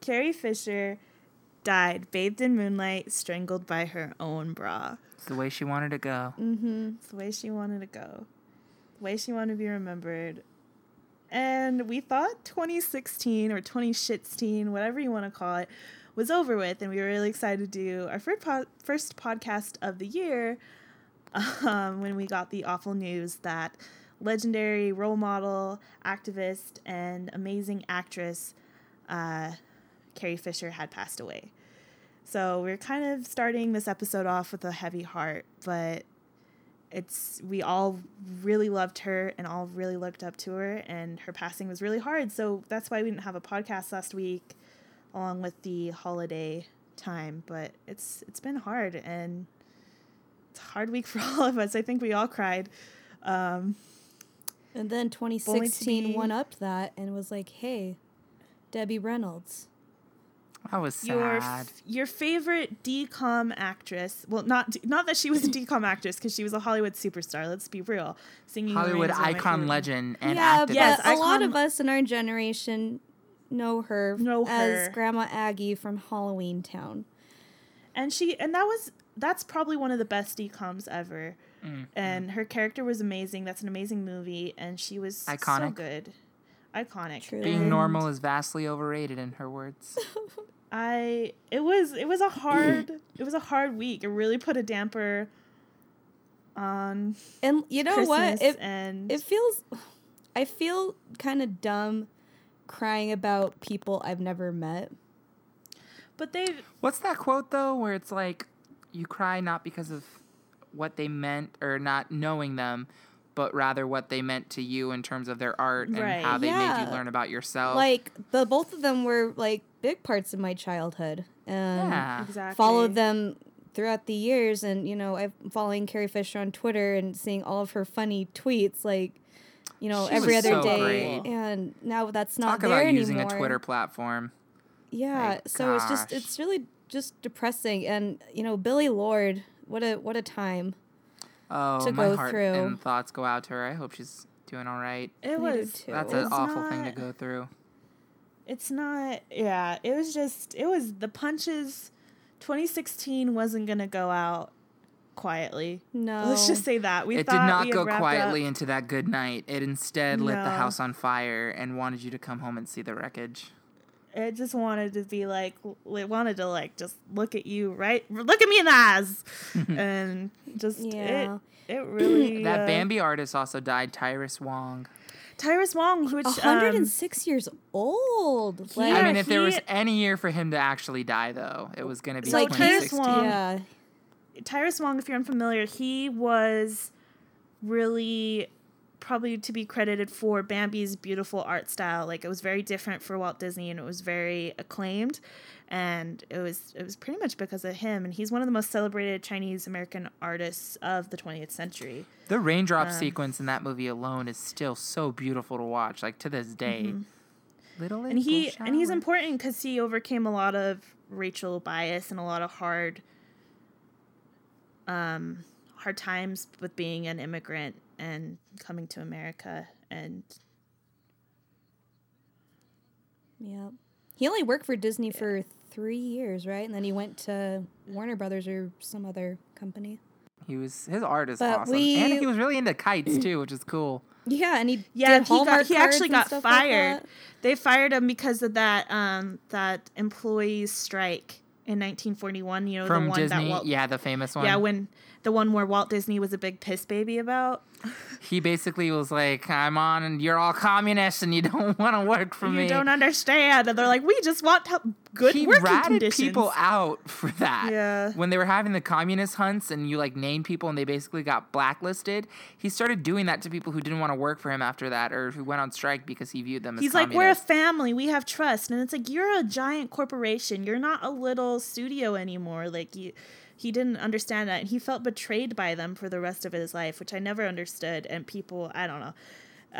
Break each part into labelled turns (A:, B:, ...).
A: Carrie Fisher died bathed in moonlight, strangled by her own bra.
B: It's the way she wanted to go.
C: Mm.
A: Mm-hmm. It's the way she wanted to go. The way she wanted to be remembered. And we thought 2016 or 2016, whatever you want to call it, was over with. And we were really excited to do our first, po- first podcast of the year um, when we got the awful news that legendary role model, activist, and amazing actress uh, Carrie Fisher had passed away. So we're kind of starting this episode off with a heavy heart, but it's we all really loved her and all really looked up to her and her passing was really hard. So that's why we didn't have a podcast last week along with the holiday time, but it's it's been hard and it's a hard week for all of us. I think we all cried. Um,
C: And then 2016 went up that and was like, hey, Debbie Reynolds.
B: I was
A: your
B: sad.
A: f- your favorite DCOM actress. Well, not not that she was a DCOM actress because she was a Hollywood superstar. Let's be real. Singing in the Rain
B: Hollywood
A: is one of my
B: icon
A: favorite-
B: legend and
C: yeah,
B: activist.
C: but
A: Yes,
C: a lot
A: icon-
C: of us in our generation know her,
A: Know
C: as
A: her.
C: Grandma Aggie from Halloween Town.
A: And she and that was that's probably one of the best DCOMs ever. And her character was amazing. That's an amazing movie, and she was so
B: Iconic.
A: good, iconic.
C: Truly.
B: Being
A: And
B: normal is vastly overrated, in her words.
A: I it was it was a hard it was a hard week. It really put a damper on
C: And you know
A: Christmas
C: what? It,
A: and
C: it feels, I feel kind of dumb crying about people I've never met.
A: but they
B: What's that quote though, where it's like, you cry not because of what they meant or not knowing them, but rather what they meant to you in terms of their art
A: Right.
B: and how they made
C: Yeah.
B: you learn about yourself.
C: Like, the both of them were like big parts of my childhood. Um,
B: yeah,
A: exactly
C: followed them throughout the years and you know i've been following carrie fisher on twitter and seeing all of her funny tweets like you know
B: She
C: every
B: was so
C: other day
B: great.
C: and now that's not
B: talk
C: there
B: about
C: anymore
B: using a Twitter platform.
C: yeah
B: Like,
C: so it's just
B: gosh.
C: it's really just depressing and you know billy lord what a what a time
B: Oh,
C: To
B: my
C: go
B: heart
C: through.
B: and thoughts go out to her. I hope she's doing all right.
A: it
C: I do
A: was
C: too.
B: That's
A: It
B: an
A: was
B: awful thing to
A: not-
B: go through.
A: it's not yeah it was just it was the punches 2016 wasn't gonna go out quietly
C: no
A: let's just say that we
B: it did
A: thought
B: not
A: we had
B: go
A: wrapped
B: quietly
A: up.
B: into that good night. It instead lit
A: No.
B: the house on fire and wanted you to come home and see the wreckage.
A: it just wanted to be like it wanted to like just look at you right look at me in the eyes and just
C: Yeah.
A: it, it really
B: That
A: uh,
B: Bambi artist also died, Tyrus Wong.
A: Tyrus Wong which um,
C: 106 years old like,
A: Yeah,
B: I mean, if there was
A: he-
B: any year for him to actually die, though, it was going to be
A: So Tyrus
B: 2016.
A: Wong-
C: yeah
A: Tyrus Wong, if you're unfamiliar, he was really probably to be credited for Bambi's beautiful art style. Like it was very different for Walt Disney and it was very acclaimed and it was it was pretty much because of him and he's one of the most celebrated Chinese American artists of the 20th century.
B: The raindrop sequence in that movie alone is still so beautiful to watch, like to this day. Little
A: Mm-hmm. And he
B: little
A: and he's
B: shower.
A: important cuz he overcame a lot of racial bias and a lot of hard um hard times with being an immigrant and coming to America and
C: yeah he only worked for disney for three years right and then he went to warner brothers or some other company
B: He was his art is
C: But
B: awesome, and
C: we-
B: he was really into kites too, which is cool.
C: Yeah, and he
A: Yeah, he got
C: did Hallmark
A: he actually
C: cards
A: got
C: and stuff like
A: fired.
C: that.
A: they fired him because of that um that employees strike in 1941. You know
B: From
A: the one
B: Disney,
A: that Walt
B: yeah, the famous one.
A: yeah when the one where Walt Disney was a big piss baby about.
B: he basically was like, "I'm on, and you're all communists, and you don't want to work for
A: you
B: me."
A: don't understand, and they're like, we just want to good
B: he
A: working
B: ratted
A: conditions.
B: people out for that.
A: Yeah.
B: When they were having the communist hunts and you like named people and they basically got blacklisted, he started doing that to people who didn't want to work for him after that or who went on strike because he viewed them as
A: He's like, we're a family. We have trust, and it's like you're a giant corporation. You're not a little studio anymore. Like you, he didn't understand that, and he felt betrayed by them for the rest of his life, which I never understood. And people, I don't know,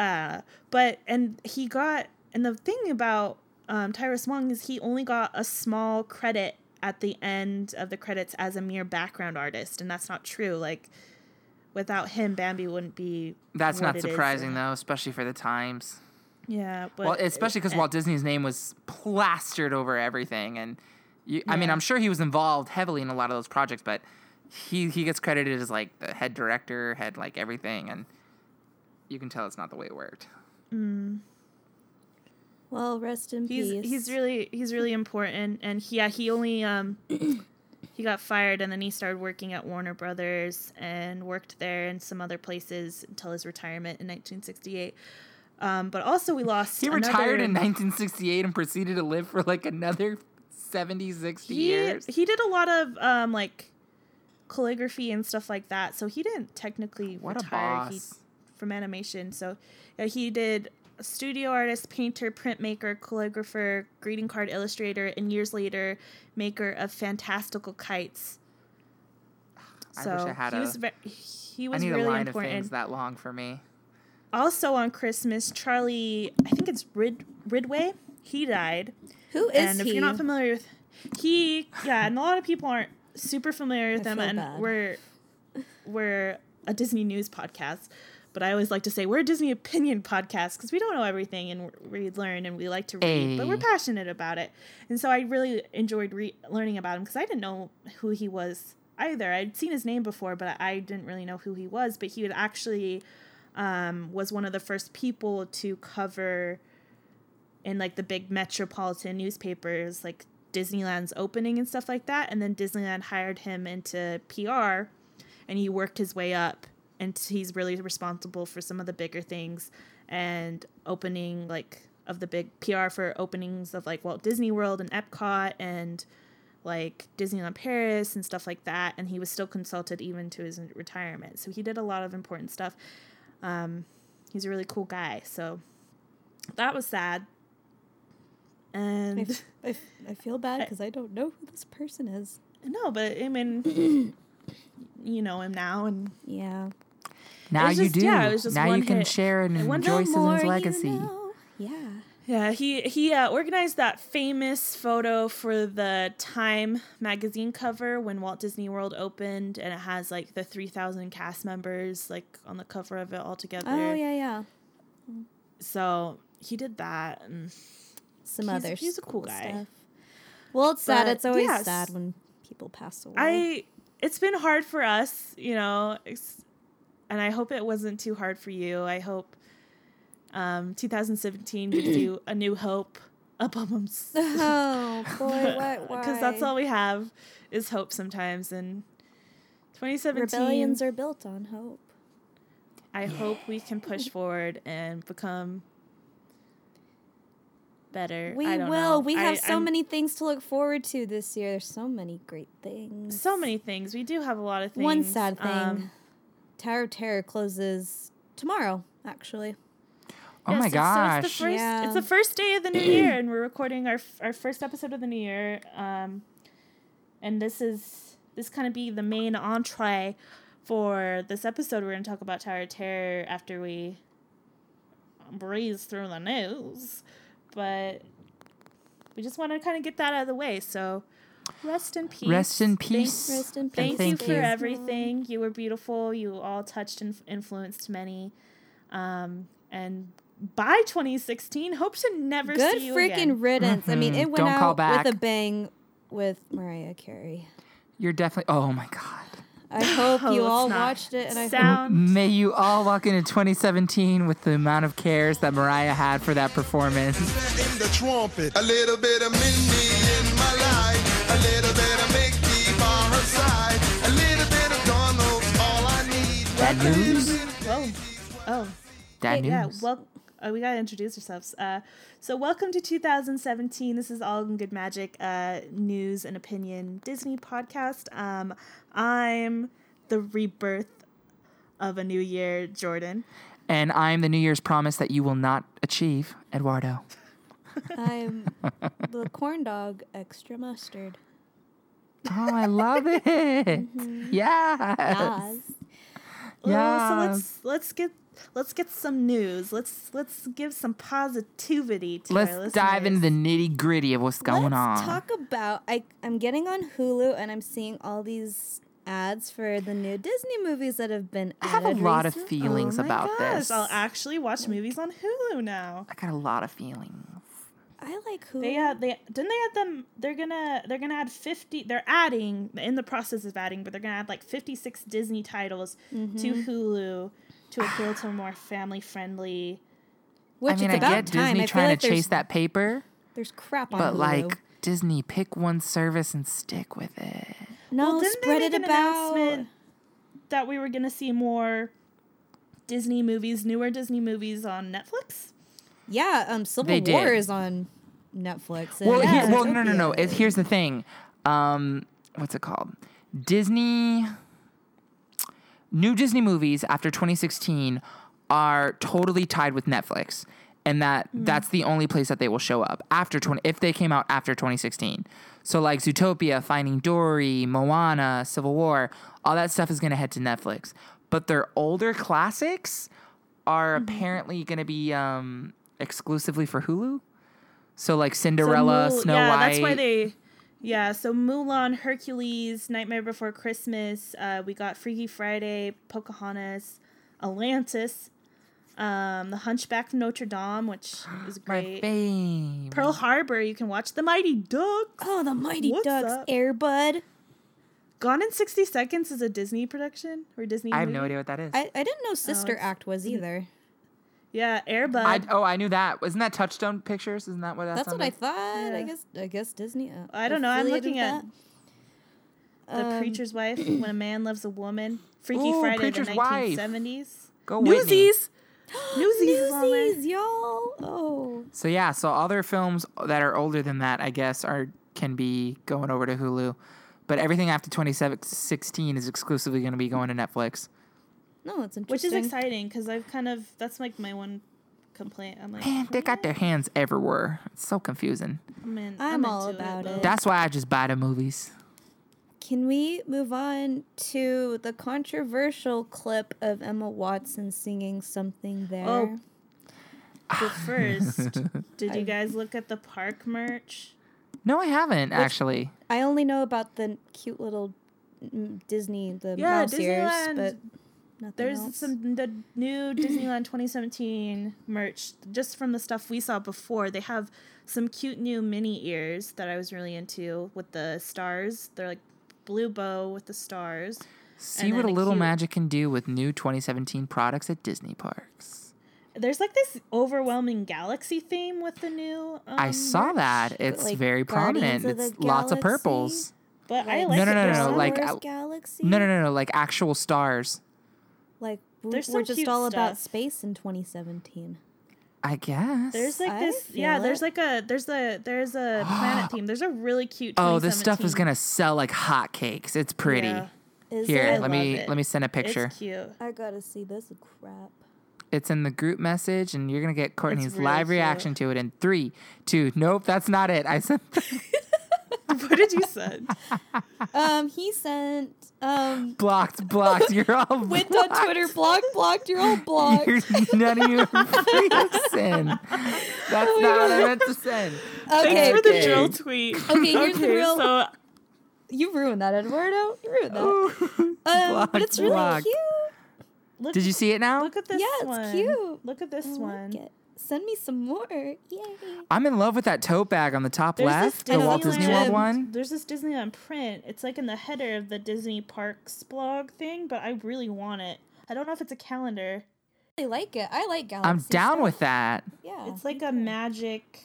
A: uh, but and he got and the thing about um, Tyrus Wong is he only got a small credit at the end of the credits as a mere background artist, and that's not true. Like without him, Bambi wouldn't be.
B: That's
A: what
B: not
A: it is.
B: surprising though, especially for the times.
A: Yeah, but uh,
B: well, especially because Walt Disney's name was plastered over everything, and you, I mean,
A: Yeah.
B: I'm sure he was involved heavily in a lot of those projects, but he he gets credited as like the head director, head like everything, and you can tell it's not the way it worked.
C: Well, rest in
A: he's
C: peace.
A: he's really he's really important, and he, yeah, he only um he got fired, and then he started working at Warner Brothers and worked there and some other places until his retirement in 1968. Um, but also we lost.
B: He retired
A: another-
B: in 1968 and proceeded to live for like another 70, 60
A: he,
B: years.
A: He did a lot of um like calligraphy and stuff like that. So he didn't technically
B: What a
A: retire He,
B: boss.
A: from animation. So yeah, he did a studio artist, painter, printmaker, calligrapher, greeting card illustrator, and years later, maker of fantastical kites.
B: I
A: So
B: wish I had
A: he
B: a-
A: was ve- he
B: I
A: was
B: need
A: really
B: a line
A: important.
B: of things that long for me.
A: also on Christmas, Charlie, I think it's Rid- Ridway, he died
C: Who is
A: and
C: he?
A: if you're not familiar with he yeah and a lot of people aren't super familiar with
C: I
A: them
C: feel
A: and
C: bad.
A: we're we're a disney news podcast but i always like to say we're a disney opinion podcast because we don't know everything and we learn and we like to read but we're
B: Ay.
A: passionate about it and so i really enjoyed re- learning about him because i didn't know who he was either i'd seen his name before but i didn't really know who he was but he would actually um, was one of the first people to cover in like the big metropolitan newspapers like Disneyland's opening and stuff like that and then Disneyland hired him into PR and he worked his way up and he's really responsible for some of the bigger things and opening like of the big PR for openings of like Walt Disney World and Epcot and like Disneyland Paris and stuff like that and he was still consulted even to his retirement so he did a lot of important stuff um he's a really cool guy so that was sad
C: I,
A: and
C: f- I f- I feel bad because I don't know who this person is.
A: no but i mean you know him now and
C: Yeah.
B: Now
A: was
B: you
A: just-
B: do.
A: yeah, it was just
B: now
A: one
B: you can
A: hit.
B: share and
A: And one
B: enjoy
A: hit
B: Susan's
C: you
B: legacy.
C: know. Yeah.
A: Yeah, he he uh, organized that famous photo for the Time magazine cover when Walt Disney World opened, and it has like the three thousand cast members like on the cover of it all together.
C: Oh yeah, yeah.
A: So he did that, and
C: Some
A: He's-
C: other
A: he's a cool
C: cool
A: guy.
C: stuff. Well, it's sad.
A: But,
C: It's always
A: yes.
C: sad when people pass away.
A: I it's been hard for us, you know, it's, and I hope it wasn't too hard for you. I hope um 2017 gives you a new hope, a bumps.
C: Oh boy, what? Why?
A: because that's all we have is hope sometimes and 2017
C: rebellions are built on hope.
A: i hope we can push forward and become better
C: We
A: I don't
C: will.
A: know.
C: We
A: I-
C: have so
A: I'm-
C: many things to look forward to this year. There's so many great things.
A: so many things we do have a lot of things
C: One sad thing.
A: Um,
C: Tower of Terror closes tomorrow, actually.
B: Oh
A: yes,
B: my
A: it's- so
B: gosh.
A: it's, the first,
C: Yeah.
A: it's the first day of the new year and we're recording our f- our first episode of the new year um and this is this kind of be the main entree for this episode we're going to talk about tower of terror after we breeze through the news but we just want to kind of get that out of the way so rest in peace
B: Rest in
A: Thank-
B: peace.
C: Rest in peace.
A: Thank,
B: Thank
A: you for
B: you.
A: everything. You were beautiful. You all touched and influenced many. Um, and by 2016, hope to never
C: Good
A: see you
C: freaking
A: again.
C: riddance. I mean,
B: Mhm.
C: it went
B: Don't call
C: out
B: back.
C: with a bang with Mariah Carey.
B: You're definitely. Oh my God.
C: I hope
A: Oh,
C: you
A: let's
C: all
A: not.
C: watched it and I hope
A: Sound.
B: May you all walk into 2017 with the amount of cares that Mariah had for that performance.
D: in the trumpet. A little bit of Mindy in my life. A little bit of Mickey by her side. A little bit of Donald's all I need.
B: That Mm-hmm. news.
A: Oh, oh,
B: That news.
A: yeah. Well, oh, we gotta introduce ourselves. Uh, so welcome to 2017. This is All in Good Magic, uh, news and opinion Disney podcast. Um, I'm the rebirth of a new year, Jordan.
B: and I'm the New Year's promise that you will not achieve, Eduardo.
C: I'm the corn dog extra mustard.
B: Oh, I love it.
C: Mm-hmm.
B: Yeah.
C: Oz.
A: Well, so
B: Yeah.
A: let's let's get let's get some news. Let's let's give some positivity to our
B: Let's dive into the
A: listeners.
B: nitty gritty of what's going
C: Let's
B: on.
C: talk about I I'm getting on Hulu and I'm seeing all these ads for the new Disney movies that have been.
B: I have a
C: added
B: lot of
C: recent-
B: feelings
A: oh my
B: about
A: gosh,
B: this.
A: I'll actually watch movies on Hulu now.
B: I got a lot of feelings.
C: I like who
A: They uh they didn't they add them they're gonna they're gonna add 50 they're adding in the process of adding but they're gonna add like 56 Disney titles to
B: Mm-hmm.
A: Hulu to appeal to more family friendly
B: I
C: Which
B: mean,
C: it's
B: I
C: about
B: get
C: time.
B: Disney
C: I feel
B: trying
C: like
B: to
C: there's,
B: chase that paper,
C: There's crap on
B: but
C: Hulu.
B: like Disney, pick one service and stick with it.
C: no,
A: didn't they
C: spread
A: make
C: it
A: an
C: about.
A: announcement that we were gonna see more Disney movies newer Disney movies on Netflix
C: Yeah, um, Civil
B: They
C: War
B: did.
C: is on Netflix. and
B: Well, he-
A: Yeah.
B: well, no, no, no.
C: Zootopia
B: It,
C: is.
B: here's the thing. Um, what's it called? Disney. New Disney movies after 2016 are totally tied with Netflix, and that that's the only place that they will show up after 20 if they came out after 2016. So like Zootopia, Finding Dory, Moana, Civil War, all that stuff is going to head to Netflix. But their older classics are apparently going to be um, exclusively for Hulu. So like
A: So
B: Cinderella,
A: Mul-
B: Snow
A: yeah,
B: White.
A: that's why they. Yeah, so Mulan, Hercules, Nightmare Before Christmas. Uh, we got Freaky Friday, Pocahontas, Atlantis, um, The Hunchback of Notre Dame, which is
B: my
A: great.
B: fave.
A: Pearl Harbor. You can watch The Mighty Ducks.
C: Oh, the Mighty
A: What's
C: Ducks,
A: up?
C: Airbud.
A: Gone in sixty seconds is a Disney production or Disney.
B: I have no
A: movie.
B: idea what that is.
C: I, I didn't know Sister
A: Oh, it's-
C: Act was either.
A: Yeah, Airbud.
B: I, oh, I knew that. Wasn't that Touchstone Pictures? Isn't that what that's
C: That's what I
B: under?
C: thought. I
A: Yeah.
C: guess I guess Disney. Uh,
A: I don't know. I'm
C: affiliated
A: looking
C: with
A: at the
C: Um,
A: Preacher's Wife. When a man loves a woman. Freaky
B: Ooh,
A: Friday,
B: Preacher's
A: the
B: Wife.
A: nineteen seventies.
B: Go Whitney.
A: Newsies. Newsies. is on there.
C: Newsies, y'all. Oh,
B: So yeah, so other films that are older than that, I guess, are can be going over to Hulu, but everything after 2016 is exclusively going to be going to Netflix.
C: no, it's interesting.
A: which is exciting because I've kind of that's like my one complaint. I'm like,
B: Man, they got their hands everywhere. It's so confusing.
A: I'm, in, I'm
C: I'm all
A: into
C: about
A: though.
C: it.
B: That's why I just buy the movies.
C: Can we move on to the controversial clip of Emma Watson singing something there?
A: Oh. But first, did you guys look at the park merch?
B: No, I haven't actually.
C: I only know about the cute little mm, Disney the
A: Yeah,
C: mouse ears,
A: Disneyland.
C: but nothing
A: There's
C: else.
A: some the new Disneyland 2017 merch just from the stuff we saw before. They have some cute new mini ears that I was really into with the stars. They're like blue bow with the stars.
B: See
A: and
B: what a
A: then a
B: little
A: cute-
B: magic can do with new 2017 products at Disney parks.
A: There's like this overwhelming galaxy theme with the new. Um,
B: I saw
A: merch,
B: that. It's
C: like,
B: very
C: Guardians
B: prominent.
C: of the
B: It's lots of purples.
A: but I
C: like-
A: like
B: No, no,
A: it.
B: no,
A: There's
B: no,
A: some-
B: no, like,
C: Star Wars
B: I-
C: Galaxy.
B: No, no, no, no, like actual stars.
C: Like w-
A: There's
C: we're
A: some
C: just
A: cute
C: all about
A: stuff.
C: space in 2017.
B: I guess.
A: There's like
C: I
A: this,
C: feel
A: yeah.
C: it.
A: There's like a there's a there's a planet theme. There's a really cute.
B: oh, this stuff is
A: 2017
B: gonna sell like hotcakes. It's pretty.
A: Yeah.
C: Is
B: Here,
A: I
C: it?
B: let
A: love
B: me
A: it.
B: let me send a picture.
A: It's cute.
C: I gotta see this crap.
B: It's in the group message, and you're gonna get Courtney's
A: really
B: live
A: cute.
B: reaction to it in three, two. Nope, that's not it. I sent.
A: What did you send?
C: Um, he sent um
B: blocked, blocked. You're all
C: went on
B: blocked.
C: Twitter, blocked, blocked. You're all blocked.
B: You're none of you send. That's not what I meant to send.
C: okay,
A: Thanks for the
B: okay.
A: drill tweet.
C: Okay, here's the real-
A: So
C: you ruined that, Eduardo. You ruined that. Uh, um, but
B: blocked,
C: it's really
B: blocked.
C: cute.
A: look,
B: Did you see it now?
A: look at this
C: Yeah, it's
A: one?
C: cute.
A: Look at this
C: I like
A: one.
C: it. Send me some more. Yay!
B: I'm in love with that tote bag on the top
A: There's this
B: left, the Walt Disney World
A: Disneyland-
B: one.
A: There's this Disneyland print. It's like in the header of the Disney Parks blog thing, but I really want it. I don't know if it's a calendar.
C: I like it. I like Galaxy.
B: I'm down
C: stuff.
B: with that.
C: Yeah.
A: It's like a magic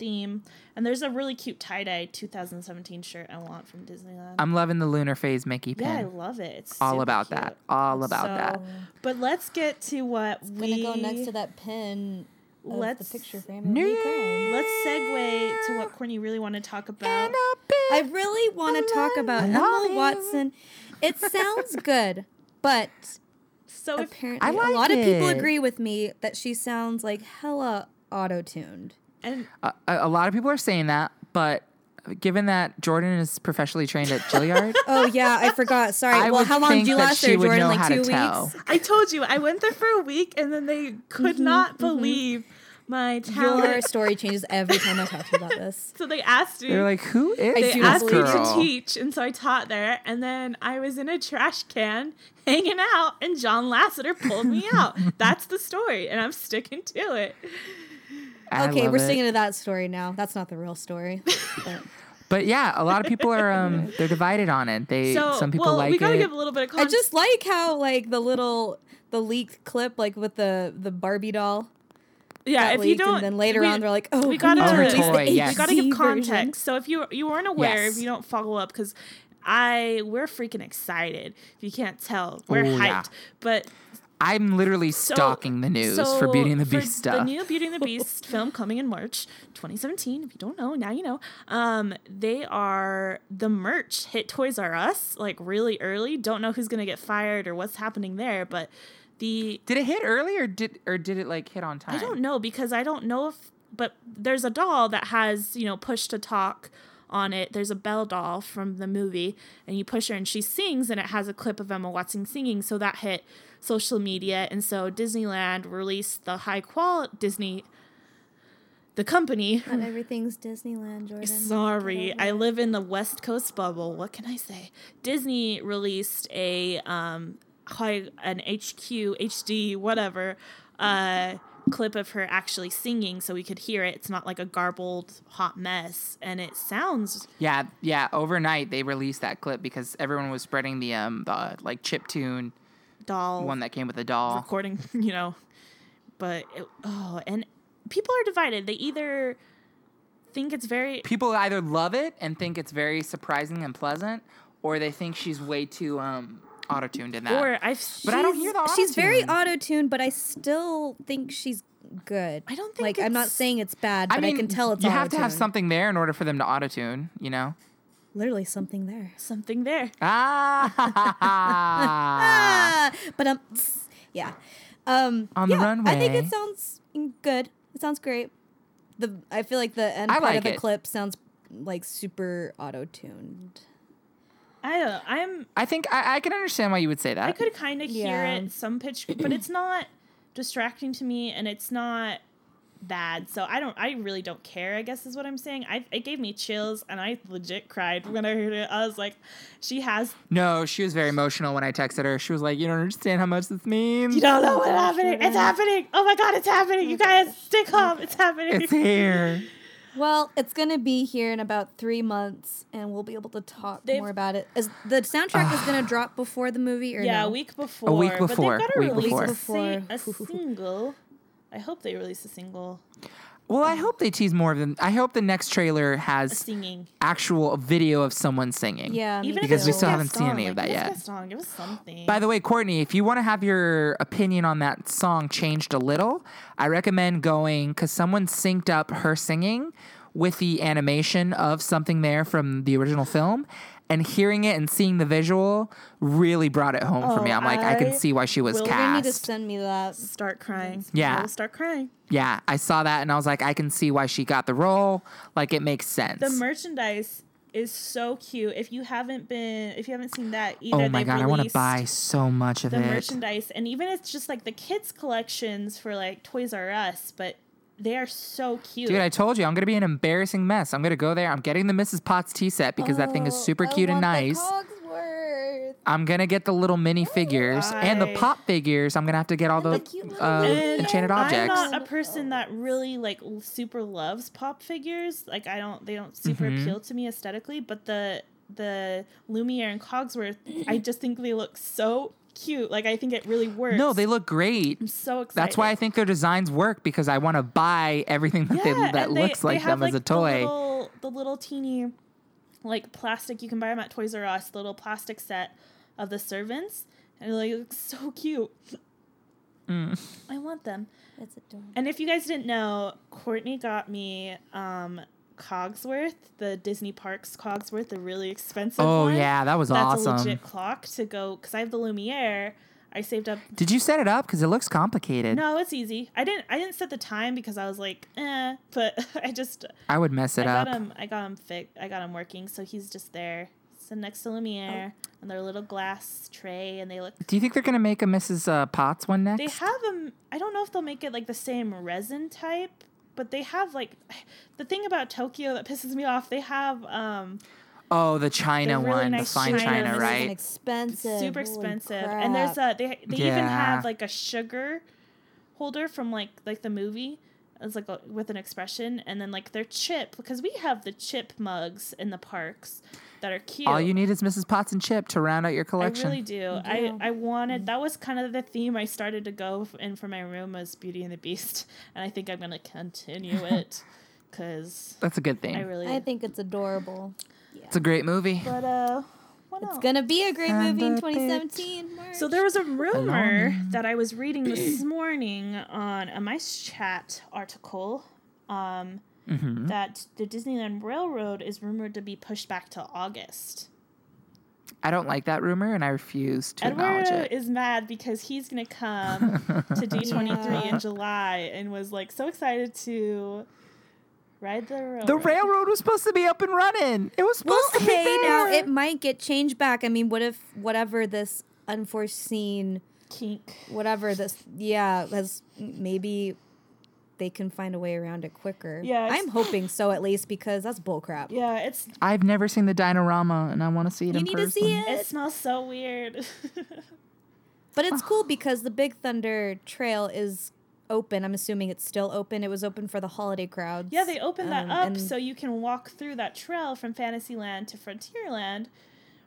A: theme, and there's a really cute tie dye 2017 shirt I want from Disneyland.
B: I'm loving the lunar phase Mickey
A: Yeah, I
B: pen.
A: love it. It's
B: all
A: super
B: about
A: cute.
B: that. All about that.
A: So, But let's get to what
C: gonna
A: we
C: go next to that pin. Of
A: Let's-
C: the picture frame. Of me crying.
A: Let's segue to what Courtney really wanted to talk about.
B: And a big
C: I really want to talk about Emma
B: Love it.
C: Watson. It sounds good, but
A: So if,
C: apparently
B: like
C: a lot of people
B: it.
C: agree with me that she sounds like hella auto-tuned.
A: and
B: a, Uh, a lot of people are saying that, but given that Jordan is professionally trained at Gilliard,
C: Oh yeah, I forgot. Sorry.
B: I
C: well,
B: would
C: how long did
B: think
C: you
B: that
C: last
B: she
C: there,
B: would
C: Jordan?
B: know
C: Like
B: how
C: two
B: to
C: weeks.
B: tell.
C: Mm-hmm,
A: I told you I went there for a week, and then they could not believe my
C: Your
A: talent.
C: story changes every time I talk to you about this.
A: So they asked me.
B: They're like, who is
C: They
A: they
B: this
A: asked
B: girl?
A: me to teach, and so I taught there. And then I was in a trash can hanging out, and John Lasseter pulled me out. That's the story, and I'm sticking to it.
B: I
C: okay,
B: love
C: we're
B: it.
C: sticking to that story now. That's not the real story. but-
B: But yeah, a lot of people are um they're divided on it. They
A: So,
B: some people
A: well,
B: like
A: we gotta
B: it.
A: give a little bit of
C: I
A: context.
C: just like how like the little the leaked clip like with the the Barbie doll.
A: yeah,
C: got
A: if you
C: leaked,
A: don't,
C: and then later
A: we-
C: on they're like, "Oh,
A: we gotta,
B: Oh, her
C: release the
B: toy, yes.
A: we gotta give
C: HD version."
A: context. So if you you weren't aware,
B: Yes.
A: if you don't follow up, because I we're freaking excited. If you can't tell, we're hyped.
B: Oh, yeah.
A: But
B: I'm literally
A: so-
B: stalking the news for
A: so
B: Beauty and the
A: for
B: Beast stuff.
A: The new Beauty and the Beast film coming in March 2017. If you don't know, now you know. Um, they are the merch hit Toys R Us like really early. Don't know who's gonna get fired or what's happening there, but the
B: did it hit early or did or did it like hit on time?
A: I don't know because I don't know if but there's a doll that has, you know, push to talk on it. There's a Belle doll from the movie and you push her and she sings and it has a clip of Emma Watson singing, so that hit social media and so Disneyland released the high quality Disney the company
C: Not everything's Disneyland, Jordan.
A: Sorry, I live in the West Coast bubble. What can I say? Disney released a um high an HQ HD whatever uh clip of her actually singing so we could hear it. It's not like a garbled hot mess and it sounds
B: Yeah, yeah. Overnight they released that clip because everyone was spreading the um the like chip tune
A: doll
B: one that came with a doll.
A: recording, you know. But it, oh, and people are divided. They either think it's very
B: People either love it and think it's very surprising and pleasant, or they think she's way too um auto tuned in that.
A: or I've
B: but I don't hear the
C: She's very
B: auto-tune.
C: auto tuned, but I still think she's good.
A: I don't
C: like.
A: think
C: I'm not
A: it's-
C: saying it's bad,
B: I
C: but I,
B: mean,
C: can tell it's.
B: you have to have
C: auto-tuned.
B: something there in order for them to auto tune. You know.
C: Literally something there.
A: something there.
B: Ah.
C: Ah, but um, tss, yeah. Um,
B: On the
C: yeah, I think
B: runway.
C: it sounds good. It sounds great. The I feel like the end
B: I
C: part
B: like
C: of the
B: it.
C: clip sounds like super auto tuned.
A: I don't know. I'm
B: I think I, I can understand why you would say that.
A: I could kind of hear
C: Yeah.
A: it some pitch, but it's not distracting to me, and it's not bad. So I don't. I really don't care. I guess is what I'm saying. I it gave me chills, and I legit cried when I heard it. I was like, she has.
B: No, she was very emotional when I texted her. She was like, "You don't understand how much this means.
A: You don't know what's happening. It's happening. Oh my god, it's happening. You guys, stay calm. It's happening.
B: it's here."
C: Well, it's gonna be here in about three months, and we'll be able to talk
A: They've-
C: more about it. Is the soundtrack is gonna drop before the movie, or
A: yeah,
C: no?
A: a week before.
B: before,
A: But they've
B: week
A: got to release
B: before.
A: A, si- a
C: Before.
A: single. I hope they release a single.
B: Well, I hope they tease more of them. I hope the next trailer
A: A
B: has
A: singing.
B: actual video of someone singing.
C: yeah, me
A: Even
B: Because
A: if
B: we
A: it's just
B: still
A: a
B: haven't seen
A: song,
B: any of
A: like,
B: that
A: give us
B: yet.
A: A song. Give us something.
B: By the way, Courtney, if you want to have your opinion on that song changed a little, I recommend going because someone synced up her singing with the animation of something there from the original film, and hearing it and seeing the visual really brought it home for
A: Oh,
B: me. I'm like, I, can
A: I
B: see why she was
A: will- You're
C: you need
B: cast.
C: to send me that.
A: start crying.
B: Yeah.
A: I will start crying.
B: Yeah, I saw that and I was like, I can see why she got the role. Like, it makes sense.
A: The merchandise is so cute. If you haven't been, if you haven't seen that either,
B: oh my
A: they've
B: god, I want to
A: released
B: buy so much of
A: the
B: it.
A: merchandise, and even it's just like the kids collections for like Toys R Us, but they are so cute.
B: Dude, I told you I'm gonna be an embarrassing mess. I'm gonna go there. I'm getting the Mrs. Potts tea set because that
C: Oh,
A: Oh,
B: thing is super cute and nice. I'm gonna get the little mini figures and the
A: I-
B: pop figures. I'm gonna have to get all the,
C: cute little
B: uh,
A: And
B: enchanted objects.
A: I'm not a person that really like l- super loves pop figures. Like I don't, they don't super
B: Mm-hmm.
A: appeal to me aesthetically. But the the Lumiere and Cogsworth, I just think they look so cute. Like I think it really works.
B: no, they look great.
A: I'm so excited.
B: That's why I think their designs work because I want to buy everything that they, that
A: and
B: looks like them as a
A: The
B: toy.
A: little, the little teeny, like plastic you can buy them at Toys R Us. The little plastic set of the servants, and it like, looks so cute.
B: Mm.
A: I want them.
C: That's adorable.
A: And if you guys didn't know, Courtney got me um, Cogsworth, the Disney Parks Cogsworth, the really expensive
B: Oh
A: one.
B: yeah, that was
A: that's
B: awesome.
A: a legit clock to go because I have the Lumiere. I saved up
B: Did you set it up? Because it looks complicated.
A: No, it's easy. I didn't. I didn't set the time because I was like, eh. But I just
B: I would mess
A: I
B: it
A: got
B: up.
A: him. I got him fixed. I got him working, so he's just there. So sitting next to Lumiere on their little glass tray, and they look.
B: Do you think they're gonna make a Mrs. Uh, Potts one next?
A: They have them. I don't know if they'll make it like the same resin type, but they have like the thing about Tokyo that pisses me off. They have um
B: oh, the China
A: really
B: one,
A: nice
B: the fine
A: China
B: China,
A: ones.
C: It's
B: right?
C: expensive.
A: super
C: Holy
A: expensive, and there's
C: crap.
A: a they they even
B: Yeah.
A: have like a sugar holder from like like the movie. It's like a, with an expression, and then like their chip because we have the chip mugs in the parks that are cute.
B: All you need is Mrs. Potts and Chip to round out your collection.
A: I really do. I, I
C: Mm-hmm.
A: wanted that was kind of the theme I started to go f- in for my room was Beauty and the Beast, and I think I'm gonna continue it because
B: That's a good thing.
A: I really.
C: I think it's adorable.
B: it's a great movie.
A: but uh, what
C: It's
A: else?
C: gonna be a great movie in
B: Sandra Pitt.
C: 2017. March.
A: So there was a rumor that I was reading this morning on a Mice Chat article um, that the Disneyland Railroad is rumored to be pushed back to August.
B: I don't like that rumor, and I refuse to acknowledge
A: Eduardo
B: it.
A: is mad because he's gonna come to D23
C: Yeah.
A: in July and was like so excited to ride the railroad.
B: The railroad was supposed to be up and running. It was supposed
C: well,
B: to be
C: hey, now
B: there.
C: it might get changed back. I mean, what if whatever this unforeseen,
A: kink.
C: whatever this, yeah, has maybe they can find a way around it quicker.
A: Yeah, it's-
C: I'm hoping so at least because that's bullcrap.
A: Yeah, it's
B: I've never seen the Dinorama, and I want to see it.
C: You
B: in
C: need
B: person.
C: to see it.
A: it smells so weird.
C: But it's cool because the Big Thunder Trail is open. I'm assuming it's still open. It was open for the holiday crowds.
A: yeah, they opened that
C: Um,
A: up
C: and-
A: so you can walk through that trail from Fantasyland to Frontierland,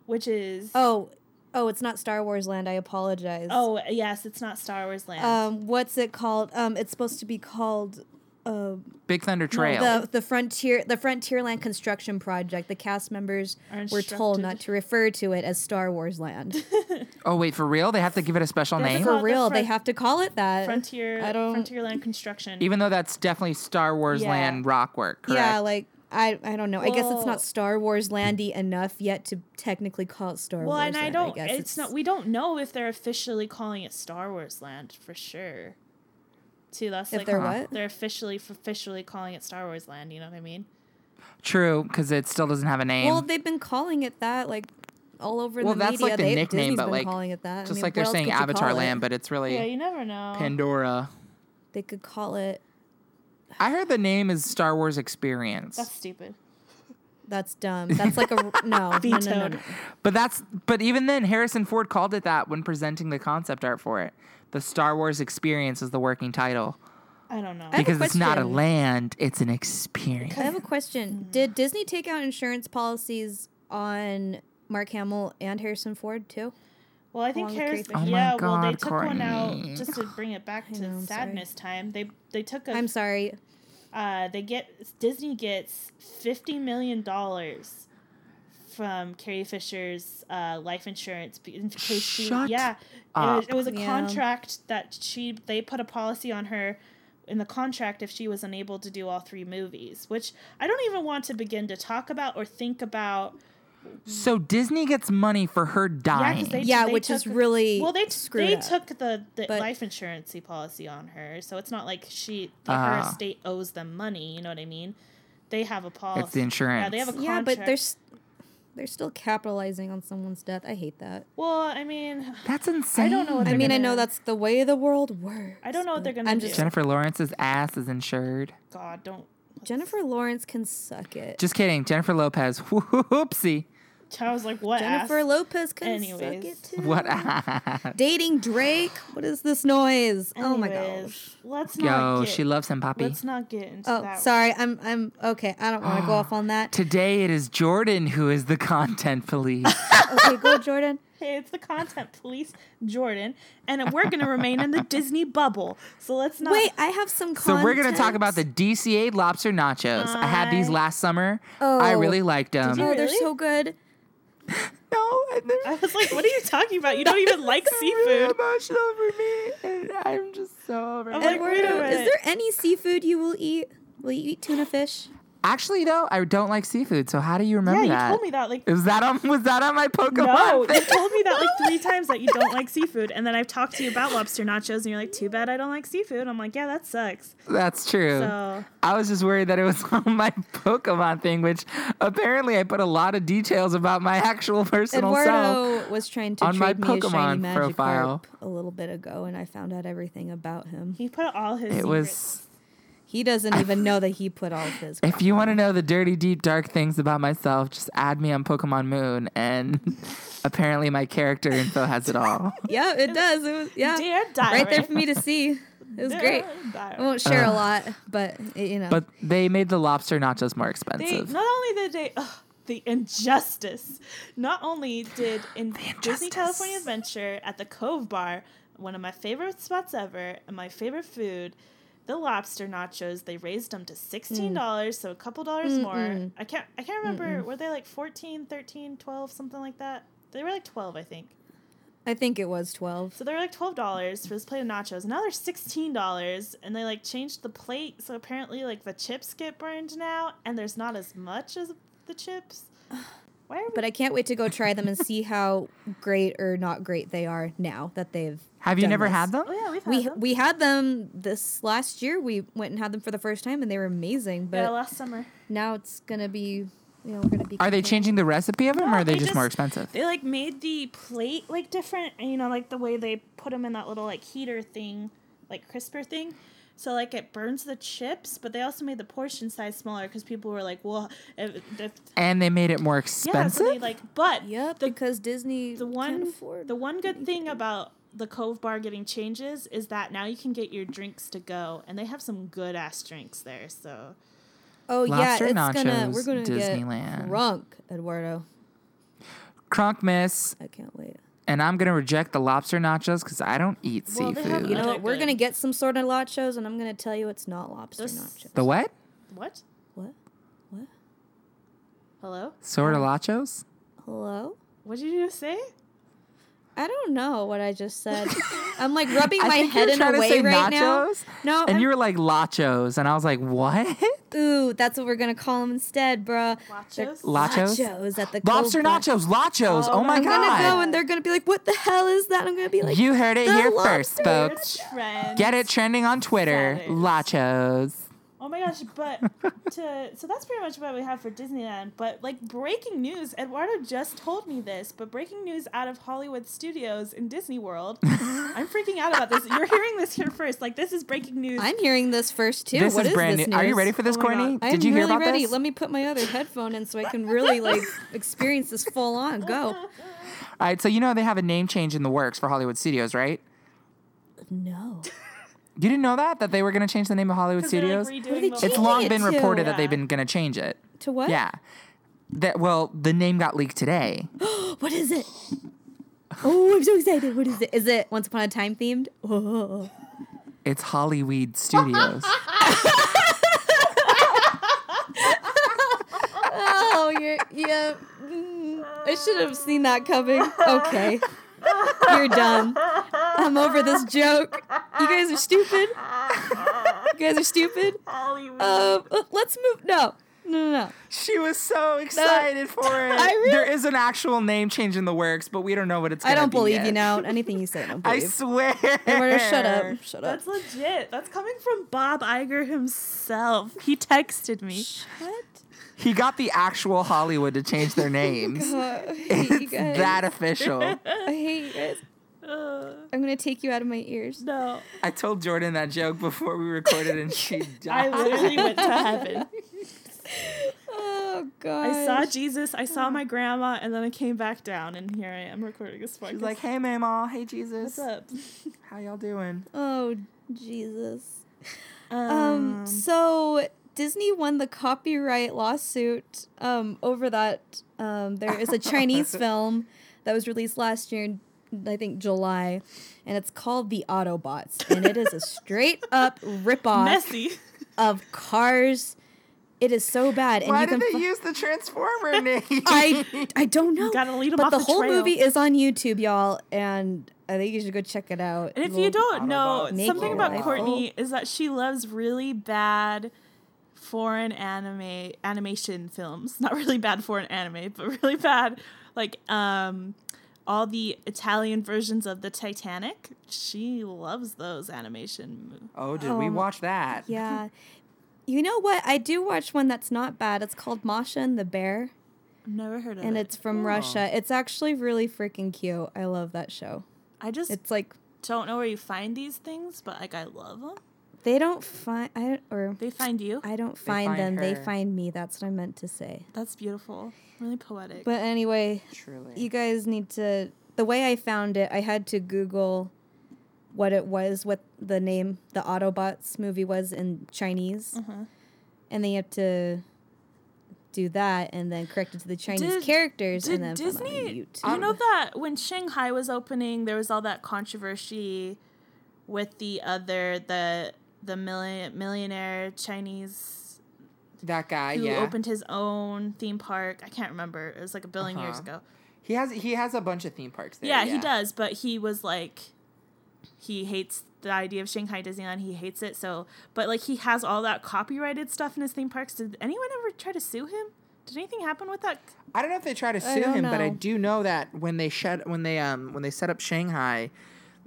A: which is
C: Oh, oh, it's not Star Wars Land. I apologize.
A: oh yes, it's not Star Wars Land.
C: um, what's it called? Um, it's supposed to be called uh,
B: Big Thunder Trail.
C: the the frontier the Frontierland construction project. The cast members
A: Are
C: were told
A: instructed-
C: not to refer to it as Star Wars Land.
B: oh wait, for real? They have to give it a special
A: That's
B: name,
A: called
C: For
A: the
C: real, they
A: front-
C: have to call it that.
A: Frontier
C: I don't.
A: Frontierland construction.
B: even though that's definitely Star Wars
A: Yeah.
B: Land Rockwork. Correct?
C: Yeah, like I, I don't know. I guess it's
A: Well-
C: not Star Wars landy enough yet to technically call it Star
A: well,
C: Wars.
A: and I
C: Land,
A: don't.
C: guess
A: it's, not. We don't know if they're officially calling it Star Wars Land for sure. See, that's
C: If
A: like
C: they're what?
A: they're officially officially calling it Star Wars Land. You know what I mean?
B: True, because it still doesn't have a name.
C: Well, they've been calling it that like all over
B: Well,
C: the
B: that's
C: media.
B: like the
C: they,
B: nickname,
C: Disney's
B: but,
C: been
B: like,
C: calling it that. I
B: just
C: mean,
B: like
C: what
B: they're
C: else
B: saying
C: could you
B: Avatar
C: call it?
B: Land, but it's really
A: Yeah, you never know.
B: Pandora.
C: they could call it.
B: I heard the name is Star Wars Experience,
A: That's stupid.
C: That's dumb. That's like a no, no, no, no, no.
A: Vetoed.
B: but that's but even then, Harrison Ford called it that when presenting the concept art for it. The Star Wars Experience is the working title
A: I don't know.
C: I have a
B: because it's not a
C: question.
B: land; it's an
C: I
B: experience.
C: have a question. Did Disney take out insurance policies on Mark Hamill and Harrison Ford too?
A: Well, I think
C: Along with
A: Harrison.
C: Creepy.
B: Oh my
A: yeah, well, they
B: God,
A: took one out
B: Courtney.
A: just to bring it back to
C: know, I'm sorry.
A: sadness time. They they took a.
C: I'm sorry.
A: uh, they get Disney gets fifty million dollars from Carrie Fisher's uh, life insurance be- in case she
B: Shut
A: yeah It, was,
B: up.
A: it was a
C: Yeah.
A: contract that she they put a policy on her in the contract if she was unable to do all three movies, which I don't even want to begin to talk about or think about.
B: So Disney gets money for her
A: Yeah,
B: dying.
A: 'cause they,
C: Yeah,
A: they
C: which is
A: took-
C: really
A: well they
C: screwed
A: they
C: up.
A: took the, the
C: But-
A: life insurance policy on her, so it's not like she like her
B: Ah.
A: estate owes them money. You know what I mean? They have a policy.
B: it's the insurance.
A: Yeah, they have a
C: Yeah,
A: contract.
C: but they're s- they're still capitalizing on someone's death. I hate that.
A: Well, I mean,
B: That's insane.
A: know what
C: I
A: They're
C: mean, I
A: gonna-
C: know that's the way the world works.
A: I don't know what
C: but
A: they're gonna
C: I'm
A: do.
C: Just,
B: Jennifer Lawrence's ass is insured.
A: God, don't.
C: Jennifer Lawrence can suck it.
B: Just kidding. Jennifer Lopez. Whoopsie.
A: I was like, what?
C: Jennifer
A: ass?
C: Lopez can suck
A: Anyways.
C: it too.
B: What ass?
C: Dating Drake? What is this noise? Oh my gosh.
A: Anyways, Let's not.
B: Yo,
A: get,
B: she loves him, Poppy.
A: Let's not get into
C: Oh,
A: that.
C: sorry. I'm I'm okay. I don't want to go off on that.
B: Today it is Jordan who is the content police.
C: Okay, go Jordan.
A: Hey, it's the content police, Jordan, and we're gonna remain in the Disney bubble. So let's not.
C: Wait, I have some
B: so
C: content.
B: we're gonna talk about the DCA lobster nachos. I had these
A: I-
B: last summer. I
C: Oh.
B: really liked them.
A: you
C: Oh, they're
A: Really?
C: so good.
B: No, I never-
A: I was like, what are you talking about? You don't even like
B: they're really
A: seafood.
B: emotional for me, and I'm just so over.
A: I'm
B: it.
A: like, wait a
C: Eduardo, is
A: minute.
C: there any seafood you will eat? Will you eat tuna fish?
B: Actually, though, I don't like seafood. So how do you remember
A: yeah,
B: that?
A: you told me that like
B: Was that on? Was that on my Pokemon?
A: No,
B: thing?
A: you told me that like three times that you don't like seafood, and then I've talked to you about lobster nachos, and you're like, "Too bad I don't like seafood." I'm like, "Yeah, that sucks."
B: That's true.
A: So-
B: I was just worried that it was on my Pokemon thing, which apparently I put a lot of details about my actual personal self.
C: Eduardo was trying to
B: on my
C: trade me a shiny
B: Pokemon profile.
C: Magikarp a little bit ago, and I found out everything about him.
A: He put all his.
B: It was.
C: He doesn't even know that he put all of his.
B: If you want to know the dirty, deep, dark things about myself, just add me on Pokemon Moon, and apparently my character info has it all.
C: yeah, it does. It was yeah,
A: Dear diary.
C: right there for me to see. It was
A: Dear
C: great.
A: diary.
C: I won't share a lot, but you know.
B: Uh, But they made the lobster nachos more
A: They
B: expensive.
A: not only did they ugh, the injustice. Not only did in Disney
B: injustice.
A: California Adventure at the Cove Bar, one of my favorite spots ever, and my favorite food, the lobster nachos. They raised them to sixteen
B: Mm.
A: dollars, so a couple dollars more. I can't I can't remember. Were they like 14, 13, 12, something like that? They were like twelve, I think.
C: I think it was twelve.
A: So they were like twelve dollars for this plate of nachos. Now they're sixteen dollars, and they like changed the plate. So apparently, like the chips get burned now, and there's not as much as the chips. Why are we?
C: But I can't wait to go try them and see how great or not great they are now that they've.
B: Have you
C: done
B: never
C: this.
B: had them?
A: oh yeah, we've had
C: We
A: them.
C: we had them this last year. We went and had them for the first time, and they were amazing. But
A: yeah, last summer.
C: now it's gonna be, you know, we're gonna be.
B: Are they
C: comparing-
B: changing the recipe of them, or
A: No,
B: are they,
A: they
B: just, more
A: just-
B: expensive?
A: They like made the plate like different, and you know, like the way they put them in that little like heater thing, like crisper thing. So like it burns the chips, but they also made the portion size smaller because people were like, "Well, if, if,
B: And they made it more
A: yeah." So
B: expensive.
A: they like, but
C: Yep,
A: the
C: because Disney
A: the one
C: can't afford.
A: the one good thing about the Cove Bar getting changes is that now you can get your drinks to go, and they have some good ass drinks there. So
C: oh yeah,
B: Lobster
C: it's gonna
B: nachos,
C: we're gonna
B: Disneyland.
C: get drunk, Eduardo.
B: Crunk miss,
C: I can't wait.
B: and I'm gonna reject the lobster nachos because I don't eat
A: Well, they have-
B: seafood.
A: you know-
C: No,
A: they're
C: we're
A: good.
C: gonna get some sort of nachos, and I'm gonna tell you it's not lobster
A: This-
C: nachos.
B: the what?
A: what?
C: What? What?
A: Hello?
B: Sort of nachos?
C: Hello?
A: What did you say?
C: I don't know what I just said. I'm like rubbing
B: I
C: my
B: think you
C: head
B: were
C: in
B: trying
C: a
B: to
C: way
B: say
C: right
B: nachos,
C: now. No,
B: and
C: I'm-
B: you were like lachos, and I was like, what?
C: ooh, that's what we're gonna call them instead, bruh. They're
A: Nachos?
B: Lachos?
C: Nachos at the
B: Lobster
C: Gold Bar.
B: nachos, lachos. Oh,
A: Oh
B: my
C: I'm
B: god!
C: gonna go and they're gonna be like, "What the hell is that?" I'm gonna be like,
B: you heard it
C: "The
B: here first,
C: lobster
B: folks.
A: Friends.
B: Get it trending on Twitter.
A: Friends.
B: Lachos.
A: Oh my gosh, but to so that's pretty much what we have for Disneyland. But like breaking news, Eduardo just told me this, but breaking news out of Hollywood Studios in Disney World. I'm freaking out about this. You're hearing this here first. Like this is breaking news.
C: I'm hearing this first too.
B: this
C: What
B: is brand
C: this
B: new. Are you
C: news?
B: ready for this,
A: Oh my
B: Courtney?
C: I'm
B: Did you
C: really
B: hear about
C: ready.
B: this?
C: Let me put my other headphone in so I can really like experience this full on. Go.
B: All right, so you know they have a name change in the works for Hollywood Studios, right?
C: No.
B: You didn't know that that they were going to change the name of Hollywood
A: 'Cause they're, like,
B: Studios.
A: redoing
C: They
A: the
C: changed
B: it's
A: whole-
B: long
C: it
B: been
C: to-
B: reported that
A: Yeah.
B: they've been going to change it.
C: To what?
B: Yeah. That well, the name got leaked today.
C: What is it? Oh, I'm so excited. What is it? Is it Once Upon a Time themed? Oh.
B: It's Hollyweed Studios.
C: Oh, you're, yeah. Mm, I should have seen that coming. Okay. You're done. I'm over this joke. You guys are stupid. You guys are stupid.
A: Hollywood.
C: Uh, let's move. No. No, no, no.
B: she was so excited for it.
C: I really-
B: there is an actual name change in the works, but we don't know what it's.
C: I
B: gonna
C: don't
B: be
C: believe
B: yet.
C: you now. Anything you say, I don't
B: I
C: believe.
B: swear.
C: Eduardo, shut up. Shut up.
A: That's legit. That's coming from Bob Iger himself. He texted me.
C: What?
B: He got the actual Hollywood to change their names.
C: Oh, I hate you
B: it's
C: guys.
B: that official.
C: I hate you guys.
A: Uh,
C: I'm gonna take you out of my ears.
A: no,
B: I told Jordan that joke before we recorded, and she
A: I
B: died.
A: literally went to heaven.
C: Oh god.
A: I saw Jesus. I saw my grandma, and then I came back down, and here I am recording this podcast.
B: She's like, "Hey, Mama. Hey, Jesus.
A: what's up?
B: How y'all doing?"
C: Oh Jesus. Um, so Disney won the copyright lawsuit um, over that. Um, there is a Chinese film that was released last year, in, I think July, and it's called The Autobots, and it is a straight up ripoff
A: messy.
C: of Cars. It is so bad, and
B: Why
C: you
B: did
C: can.
B: they
C: fi-
B: use the Transformer name?
C: I I don't know,
A: Gotta lead 'em
C: but
A: off
C: the
A: the
C: whole
A: trail.
C: movie is on YouTube, y'all, and I think you should go check it out.
A: And if
C: We'll-
A: you don't know,
B: Autobots.
C: Make
A: something
C: your
A: about
C: life
A: Courtney is that she loves really bad foreign anime animation films. Not really bad foreign anime, but really bad like um all the Italian versions of the Titanic. She loves those animation movies.
B: Oh, did we
C: Um,
B: watch that?
C: Yeah. You know what? I do watch one that's not bad. It's called Masha and the Bear,
A: I've never heard of
C: and
A: it.
C: it's from Russia. It's actually really freaking cute. I love that show.
A: I just
C: It's like
A: don't know where you find these things, but like I love them.
C: they don't find I don't- or
A: They find you.
C: I don't find,
B: find
C: them. They
B: her.
C: find me. That's what I meant to say.
A: That's beautiful. Really poetic.
C: But anyway,
B: Truly.
C: you guys need to the way i found it i had to google what it was what the name the autobots movie was in chinese and then you have to do that and then correct it to the chinese
A: Did-
C: characters
A: Did
C: and then uh, find it on
A: Disney?
C: youtube
A: You know that when Shanghai was opening, there was all that controversy with the other the the million, millionaire Chinese
B: that guy,
A: who
B: yeah.
A: opened his own theme park. I can't remember. It was like a 1000000000 years
B: Uh-huh.
A: ago.
B: he has he has a bunch of theme parks there.
A: Yeah, he does, but he was like he hates the idea of Shanghai Disneyland. He hates it. So, but like he has all that copyrighted stuff in his theme parks. Did anyone ever try to sue him? Did anything happen with that?
B: I don't know if they try to
C: I
B: sue
C: don't
B: him, but I
C: know.
B: do know that when they shut when they um when they set up Shanghai,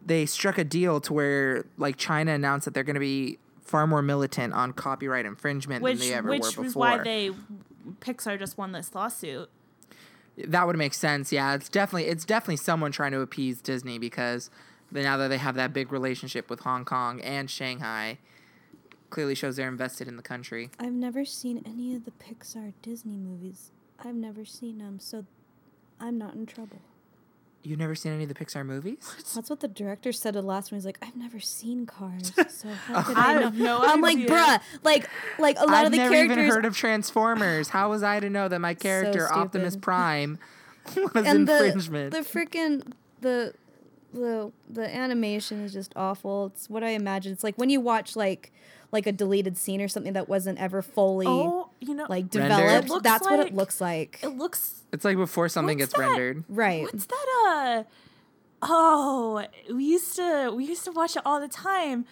B: they struck a deal to where like China announced that they're going to be far more militant on copyright infringement
A: Which
B: than they ever
A: which
B: were
A: was
B: before.
A: why they Pixar just won this lawsuit.
B: that would make sense. Yeah, it's definitely it's definitely someone trying to appease Disney because they- now that they have that big relationship with Hong Kong and Shanghai, clearly shows they're invested in the country.
C: i've never seen any of the pixar disney movies i've never seen them so i'm not in trouble
B: You've never seen any of the Pixar movies?
C: that's what the director said at the last one. He's like, "I've never seen Cars, so how could
A: I
C: I
A: have
C: know?"
A: no
C: I'm like,
A: idea.
C: "Bruh, like, like a lot
B: I've
C: of the
B: never
C: characters
B: even heard of Transformers. How was I to know that my character Optimus
C: stupid.
B: Prime was
C: and
B: infringement?
C: the the freaking the the the animation is just awful. It's what I imagine. It's like when you watch like like a deleted scene or something that wasn't ever fully
A: Oh, you know,
C: like
B: Rendered?
C: developed.
A: Looks
C: That's what
A: like-
C: it looks like.
A: it looks
B: it's like before something
A: What's
B: gets
A: that?
B: rendered.
C: right.
A: What's that? Uh, oh, we used to we used to watch it all the time.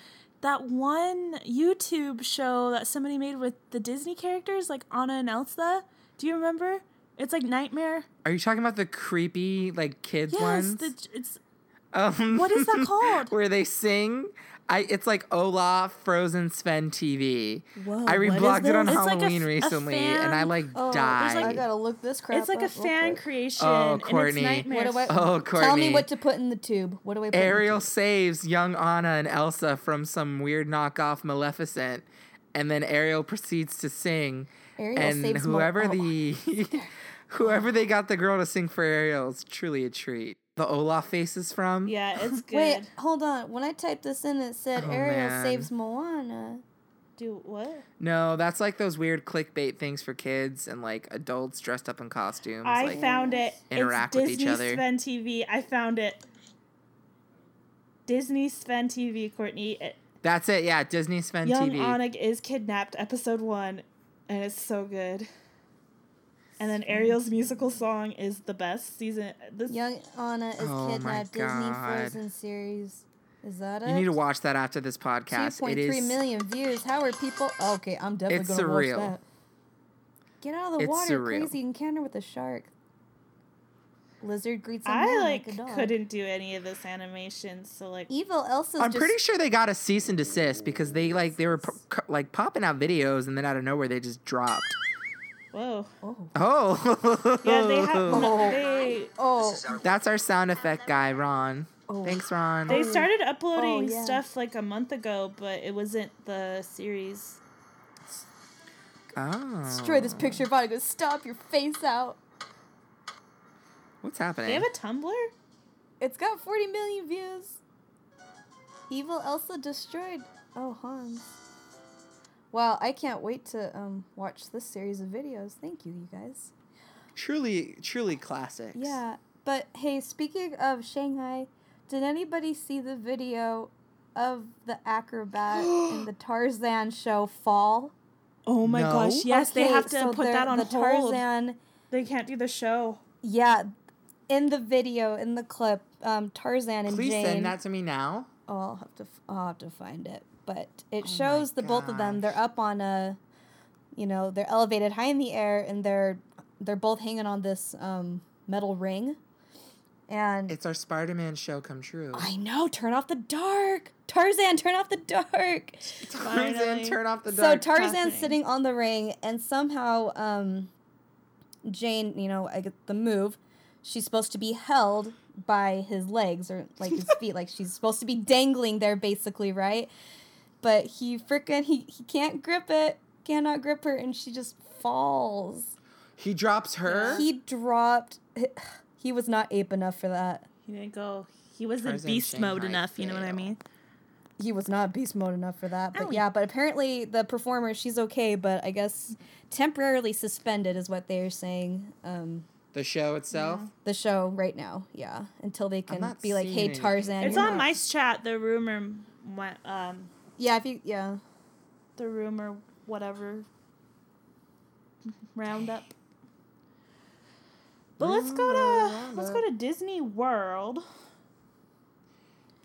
A: That one YouTube show that somebody made with the Disney characters, like Anna and Elsa. Do you remember? It's like Nightmare.
B: Are you talking about the creepy like kids
A: Yes,
B: ones?
A: the, it's
B: Um,
A: What is that called?
B: where they sing. I it's like Olaf Frozen Sven TV.
C: Whoa,
B: I
C: what is
B: reblogged it on
A: this? It's like a
B: Halloween
A: f- a
B: recently,
A: fan-
B: and I like
C: Oh, there's
B: died.
C: like- I gotta look this crap.
A: it's like a
C: up real
A: fan
C: quick.
A: creation.
B: Oh,
A: And
B: Courtney.
A: it's Nightmare.
C: What do I?
B: Oh,
C: Tell
B: Courtney.
C: me what to put in the tube. What do I? Put
B: Ariel saves young Anna and Elsa from some weird knockoff Maleficent, and then Ariel proceeds to sing.
C: Ariel
B: and
C: saves Mal-
B: whoever
C: oh,
B: the whoever they got the girl to sing for Ariel is truly a treat. The Olaf face is from.
A: Yeah, it's good.
C: Wait, hold on. When I typed this in, it said
B: Oh,
C: Ariel
B: man.
C: saves Moana.
A: do what?
B: No, that's like those weird clickbait things for kids and like adults dressed up in costumes.
A: I
B: like,
A: found it.
B: interact
A: it's
B: with each
A: Disney
B: other.
A: Sven TV. I found it. Disney Sven TV, Courtney. It-
B: That's it. Yeah, Disney Sven
A: Young
B: TV.
A: Onig is kidnapped, episode one, and it's so good. And then Ariel's musical song is the best season. This
C: Young Anna is
B: Oh my
C: kidnapped. Disney
B: God.
C: Frozen series. Is that it?
B: you need to watch that after this podcast. It
C: 2.3
B: is.
C: million views. How are people? Okay, I'm definitely
B: It's
C: gonna
B: surreal.
C: watch that. Get out of the
B: It's
C: water!
B: surreal.
C: Crazy encounter with a shark. Lizard greets a
A: I
C: man
A: like
C: a dog.
A: couldn't do any of this animation, so like
C: Evil Elsa's
B: I'm
C: just
B: pretty sure they got a cease and desist because they like they were po- co- like popping out videos and then out of nowhere they just dropped.
A: whoa.
B: Oh.
A: Yeah, they have
C: Oh.
A: they
C: Oh,
B: That's our sound effect guy, Ron.
C: Oh.
B: Thanks, Ron.
A: they started uploading
C: Oh, yeah.
A: stuff like a month ago, but it wasn't the series.
B: oh.
C: destroy this picture of Anna. Go stop your face out.
B: What's happening?
A: They have a Tumblr?
C: It's got 40 million views. Evil Elsa destroyed. Oh, Hans. Wow, I can't wait to um, watch this series of videos. Thank you, you guys.
B: truly, truly classics.
C: Yeah, but hey, speaking of Shanghai, did anybody see the video of the acrobat in the Tarzan show fall?
A: Oh my
B: No.
A: gosh, yes, they
C: Okay,
A: have to
C: so
A: put
C: they're-
A: that on
C: the
A: hold.
C: Tarzan
A: They can't do the show.
C: Yeah, in the video, in the clip, um, Tarzan and
B: Please
C: Jane.
B: send that to me now.
C: Oh, I'll have to. f- I'll have to find it. But it shows the both of them. They're up on a you know, they're elevated high in the air and they're they're both hanging on this um, metal ring. And
B: It's our Spider Man show come true.
C: I know, turn off the dark. Tarzan, turn off the dark.
B: Tarzan,
A: Finally.
B: turn off the
C: So
B: dark.
C: Tarzan's
A: happening.
C: sitting on the ring, and somehow um, Jane, you know, I get the move. She's supposed to be held by his legs or like his feet, like she's supposed to be dangling there, basically, right? But he frickin' he he can't grip it, cannot grip her, and she just falls.
B: he drops her.
C: He dropped. He was not ape enough for that.
A: He didn't go. He wasn't
B: Tarzan
A: beast mode
B: Shanghai
A: enough. You know what I
B: fail.
A: mean?
C: He was not beast mode enough for that. But
A: Owie.
C: yeah, but apparently the performer, she's okay, but I guess temporarily suspended is what they're saying. Um,
B: the show itself.
C: the show right now. Yeah, until they can
B: not
C: be like, "Hey,
B: seeing anything.
C: Tarzan."
A: It's
C: you're
A: on
C: not-"
A: Mice Chat. The rumor, went, um,
C: Yeah, if you yeah,
A: the rumor, whatever. Roundup. But let's go to let's go to Disney World.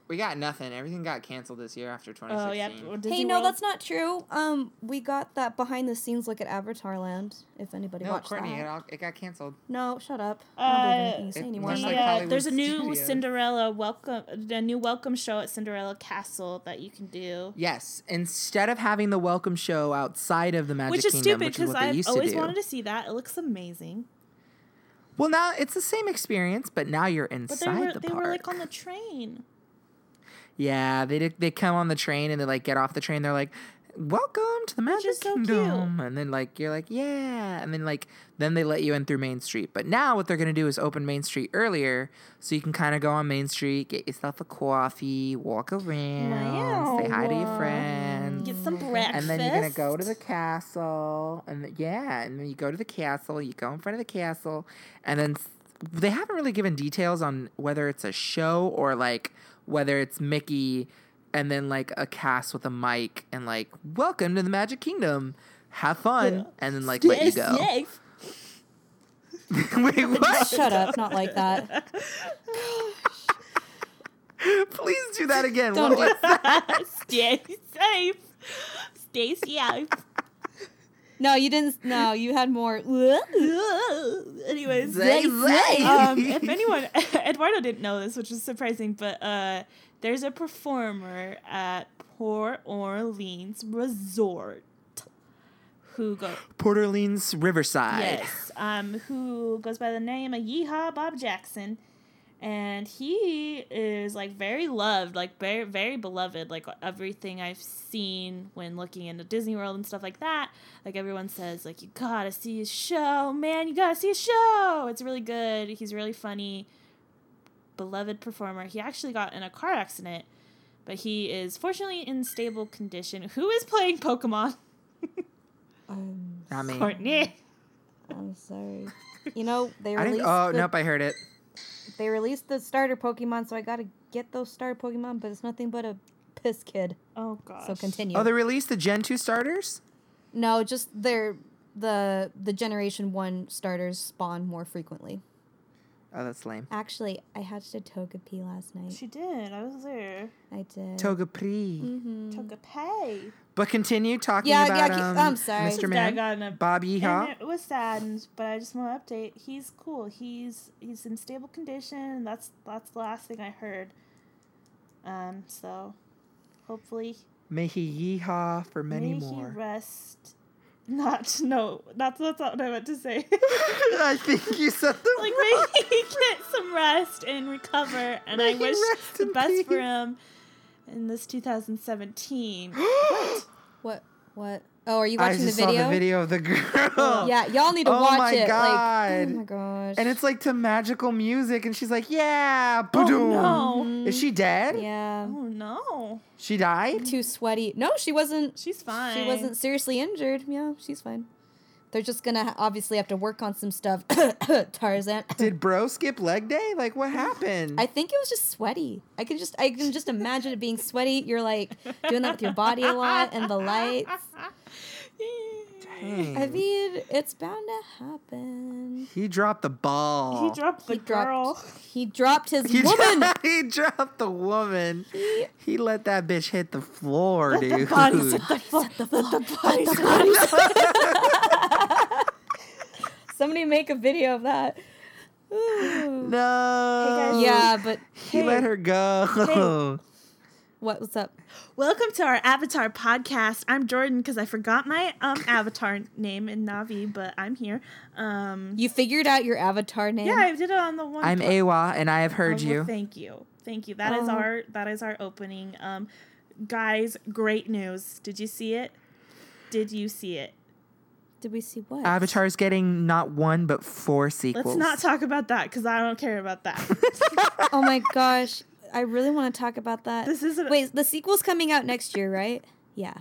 B: We got nothing. Everything got canceled this year after
A: Oh
B: 2016.
A: yeah, well, Disney
C: hey, no,
A: World.
C: that's not true. Um, we got that behind the scenes look at Avatar Land. If anybody
B: No,
C: watched
B: Courtney, it,
C: that,
B: all, it got canceled.
C: no, shut up.
A: Uh,
C: I don't believe anything you say
B: it-
C: anymore.
B: Much
A: The,
B: like
A: uh,
B: Hollywood
A: there's a new
B: Studios.
A: Cinderella welcome, a new welcome show at Cinderella Castle that you can do,
B: Yes, instead of having the welcome show outside of the Magic
A: which is
B: Kingdom,
A: stupid
B: which is
A: because
B: what they
A: I've
B: used
A: always
B: to do.
A: wanted to see that. It looks amazing,
B: Well, now it's the same experience, but now you're
A: but they
B: inside
A: were
B: the
A: they
B: park.
A: were like on the train.
B: yeah, they did, they come on the train and they like get off the train. They're like, "Welcome to the Magic
A: is so cute.
B: Kingdom," and then like you're like, "Yeah," and then like then they let you in through Main Street. But now what they're gonna do is open Main Street earlier, so you can kind of go on Main Street, get yourself a coffee, walk around, say hi to your friends.
A: Get some breakfast,
B: Mm-hmm. And then you're gonna go to the castle, and th- yeah, and then you go to the castle. You go in front of the castle, and then s- they haven't really given details on whether it's a show or like whether it's Mickey, and then like a cast with a mic and like welcome to the Magic Kingdom, have fun, and then like let you go.
A: Yes.
B: Wait, what?
C: Shut up, not like that.
B: Please do that again.
C: Don't
B: What
C: do
B: was that?
A: Stay safe. Stay safe.
C: No, you didn't. No, you had more.
A: Anyways,
B: Zay, zay.
A: um, if anyone, Eduardo didn't know this, which is surprising, but uh, there's a performer at Port Orleans Resort who go
B: Port Orleans Riverside.
A: yes, um, who goes by the name of Yeehaw Bob Jackson, and he is like very loved, like very very beloved. Like everything I've seen when looking into Disney World and stuff like that, like everyone says, like you gotta see his show, man, you gotta see his show. It's really good. He's really funny, beloved performer. He actually got in a car accident. But he is fortunately in stable condition. Who is playing Pokemon?
C: I'm,
B: Not me.
A: Courtney.
C: Um, I'm sorry. You know they
B: I
C: released.
B: didn't. Oh
C: the-
B: nope, I heard it.
C: They released the starter Pokemon, so I gotta get those starter Pokemon. But it's nothing but a piss kid.
A: Oh gosh.
C: So continue.
B: Oh, they released the Gen two starters.
C: No, just they're the the generation one starters spawn more frequently.
B: Oh, that's lame.
C: Actually, I hatched a Togepi last night.
A: She did. I was there.
C: I did.
B: Togepi.
C: Mm-hmm.
A: Took a pay.
B: But continue talking
C: Yeah, yeah,
B: about
C: keep-
B: um,
C: I'm sorry.
B: Mr.
A: This guy
B: Man,
A: got in a-
B: Bob Yeehaw.
A: And it was saddened, but I just want to update. He's cool. He's he's in stable condition. That's that's the last thing I heard. Um. So, hopefully,
B: May he yeehaw for many
A: may he
B: more.
A: rest. Not no. That's that's not what I meant to say.
B: I think you said the
A: like
B: wrong-
A: may he get some rest and recover. And
B: May
A: I
B: he
A: wish
B: rest
A: the
B: in
A: best for
B: peace.
A: him. In this 2017,
C: What? What? Oh, are you
B: I
C: watching
B: just
C: the
B: saw
C: video?
B: the video of the girl.
C: Yeah, y'all need to
B: Oh
C: watch
B: my
C: it. Like,
B: God.
C: oh my gosh.
B: And it's like to magical music, and she's like, "Yeah, boom."
A: oh no,
B: Is she dead?
C: yeah,
A: oh no,
B: She died.
C: too sweaty. No, she wasn't.
A: she's fine.
C: She wasn't seriously injured. Yeah, she's fine. They're just gonna ha- obviously have to work on some stuff. Tarzan.
B: Did bro skip leg day? Like, what happened?
C: I think it was just sweaty. I can just I can just imagine it being sweaty. You're like doing that with your body a lot and the lights.
B: Dang.
C: I mean, it's bound to happen.
B: he dropped the ball.
A: He dropped the
C: He
A: girl.
C: dropped he dropped his
B: He
C: woman.
B: dro- he dropped the woman. He let that bitch hit the floor, dude.
A: Bodies hit the floor. Let the bodies hit the
C: Somebody make a video of that. Ooh.
B: No.
A: guys.
C: Yeah, but
B: He let her go.
C: what? What's up?
A: Welcome to our Avatar podcast. I'm Jordan because I forgot my um Avatar name in Navi, but I'm here. Um,
C: You figured out your avatar name.
A: yeah, I did it on the one.
B: I'm
A: pla-
B: Awa, and I have
A: Oh,
B: heard
A: well,
B: you.
A: Thank you, thank you. That is
C: Oh.
A: our that is our opening. Um, guys, great news. Did you see it? Did you see it?
C: Did we see what?
B: Avatar's getting not one but four
A: Let's
B: sequels.
A: not talk about that because I don't care about that.
C: Oh my gosh, I really want to talk about that.
A: This isn't-
C: Wait, the sequel's coming out next year, right? Yeah.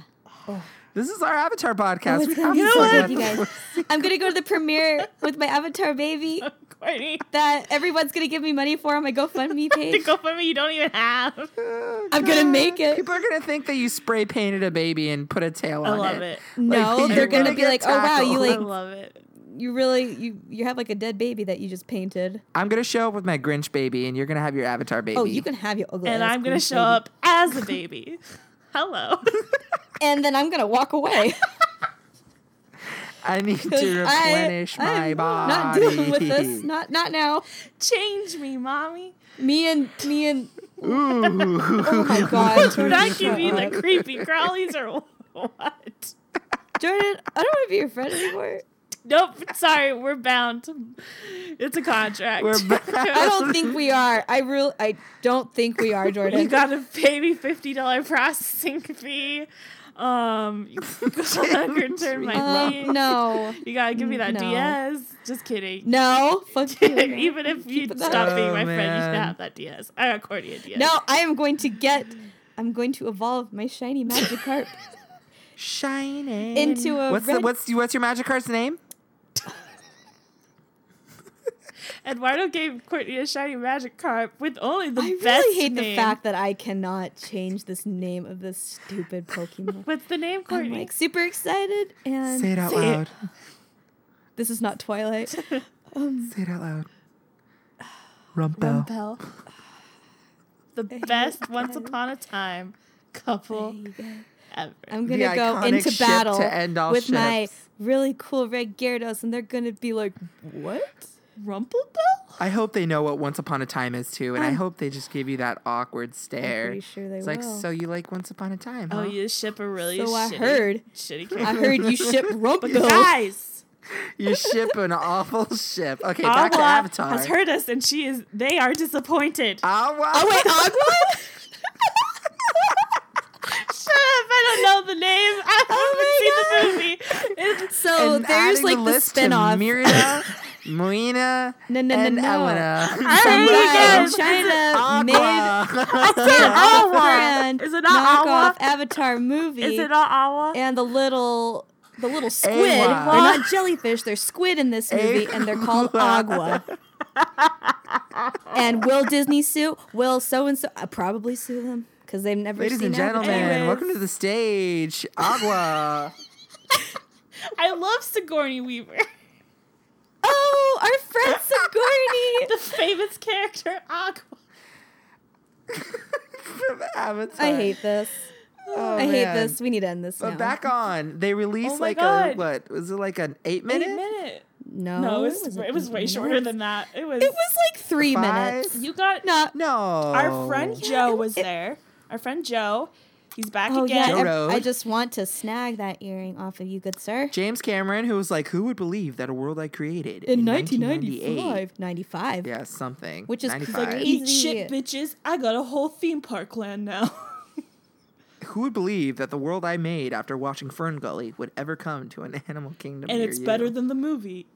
B: This is our Avatar
C: Oh,
B: podcast.
C: it's
B: We
C: gonna be
B: have
A: so
B: to
A: good,
B: talk
A: you
B: about
C: guys. I'm gonna go to the premiere with my avatar baby
A: Courtney,
C: that everyone's gonna give me money for on my GoFundMe
A: the
C: page.
A: GoFundMe you don't even have.
B: the-
C: I'm gonna make it.
B: People are gonna think that you spray painted a baby and put a tail
A: I
B: on
A: love it.
C: No,
B: you're
C: they're gonna
B: gonna
C: be
B: get
C: like, "Oh wow, you
B: tackled."
A: I
C: like
A: love it.
C: you really you you have like a dead baby that you just painted.
B: I'm gonna show up with my Grinch baby, and you're gonna have your Avatar baby.
C: Oh, you can have your ugly.
A: And
C: ass
A: I'm gonna
C: Grinch
A: show
C: baby.
A: up as a baby. Hello.
C: and then I'm gonna walk away.
B: I need to
C: 'Cause I-
B: replenish my
C: I'm
B: body.
C: Not dealing with this. Not not now.
A: Change me, mommy.
C: Me and me and
B: Ooh.
C: oh my god, Jordan,
A: That could be
C: shut
A: the
C: up.
A: creepy crawlies or what?
C: Jordan. I don't want to be your friend anymore.
A: Nope. Sorry, we're bound. It's a contract.
B: We're bound.
C: I don't think we are. I real. I don't think we are, Jordan.
A: you gotta pay me fifty dollar processing fee. Um, you gotta return my money.
C: um, no,
A: You gotta give me that
C: No.
A: DS. Just kidding.
C: no, fuck you.
A: Even if you
C: Keep it that
A: stop
B: up.
A: being my
B: Oh,
A: friend, you should
B: man.
A: have that DS. I got Courtney a DS.
C: No, I am going to get. I'm going to evolve my shiny Magikarp.
B: Shining
C: Into a
B: what's the
C: red-
B: what's what's your magic card's name?
A: Eduardo gave Courtney a shiny magic carp with only the
C: I
A: best
C: really hate the
A: name.
C: fact that I cannot change this name of this stupid Pokemon.
A: What's the name,
C: I'm
A: Courtney?
C: like super excited, and
B: Say it out
A: Say it.
B: loud.
C: this is not Twilight.
B: Say it out loud. Rumpel.
A: the best once upon a time couple ever.
C: I'm
B: The
C: gonna go
B: iconic
C: into
B: ship to
C: battle
B: end all
C: with my
B: ships.
C: really cool red Gyarados, and they're gonna be like, "What?"
A: Rumpelbell?
B: I hope they know what Once Upon a Time is too, and I
C: I'm-
B: hope they just give you that awkward stare.
C: pretty sure they
B: it's like,
C: will.
B: so you like Once Upon a Time?
A: Oh,
B: huh?"
A: you ship a really
C: So I
A: shitty,
C: heard.
A: shitty
C: I
A: kid.
C: heard you ship Rumpel.
A: Guys,
B: you ship an awful ship. Okay, back to
A: Awa
B: Avatar.
A: has heard us and she is they are disappointed.
B: Awa.
C: Oh wait, Agua.
A: Shut up, I don't know the name. I
C: Oh
A: haven't seen the movie. It's
C: So
B: and
C: Oh, there's
B: adding
C: like the,
B: list to
C: spin-off.
B: Mirna, Moina,
C: No, no, no,
B: and
C: no.
B: Elena.
A: I heard
C: Somebody
A: it
C: in
A: again.
C: China made
B: Aqua.
A: Awa.
C: brand
A: Is it not
C: knockoff
A: Awa?
C: Avatar movie.
A: Is it not Awa?
C: and the little the little squid.
B: Awa.
C: They're not jellyfish, they're squid in this movie, and they're called agua. and will Disney sue? Will so and so uh, probably sue them because they've never
B: Ladies
C: seen
B: and
C: Avatar.
B: gentlemen,
A: Anyways.
B: welcome to the stage. Agua.
A: I love Sigourney Weaver.
C: Oh, our friend Sigourney.
A: the famous character Aqua.
B: From Avatar.
C: I hate this.
B: Oh,
C: I hate
B: man.
C: this. We need to end this
B: But
C: now.
B: back on, they released
A: Oh my
B: like a
A: God.
B: what was it like an eight minute?
A: Wait a minute.
C: no,
A: No, it was, it was way shorter than that. It was.
C: It was like three
B: Five?
C: minutes.
A: You got
C: No,
B: No,
A: Our
B: Oh.
A: friend Joe
C: it-
A: was
C: it-
A: there. Our friend Joe. He's back
C: Oh yeah,
A: again.
B: Joe
C: ev-
B: Road.
C: I just want to snag that earring off of you, good sir.
B: James Cameron, who was like, "Who would believe that a world I created
C: In
B: 1998?"
C: 1995, 95.
B: Yeah, something.
C: Which is
B: 95.
C: crazy.
A: Eat shit, bitches. I got a whole theme park land now.
B: Who would believe that the world I made after watching Fern Gully would ever come to an animal kingdom?
A: and
B: near
A: it's better
B: you?
A: than the movie.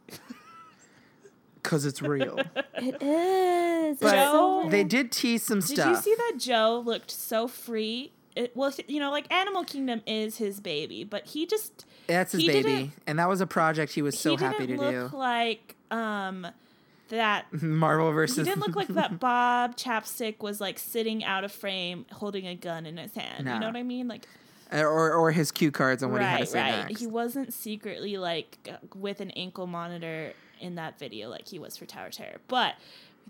B: because it's real.
C: It is.
B: But
C: it's so
A: Joe-
B: they
C: weird.
B: did tease some
A: Did
B: stuff.
A: you see that Joe looked so free? It, well, you know, like Animal Kingdom is his baby, but he just
B: That's his
A: he
B: baby,
A: didn't-
B: and that was a project he was so
A: he
B: happy to
A: didn't look
B: do.
A: like um that
B: Marvel versus.
A: He didn't look like that Bob Chapstick was like sitting out of frame holding a gun in his hand. You
B: Nah.
A: know what I mean? Like
B: or or his cue cards on what he had to say next.
A: He wasn't secretly like g- with an ankle monitor in that video like he was for Tower Terror. But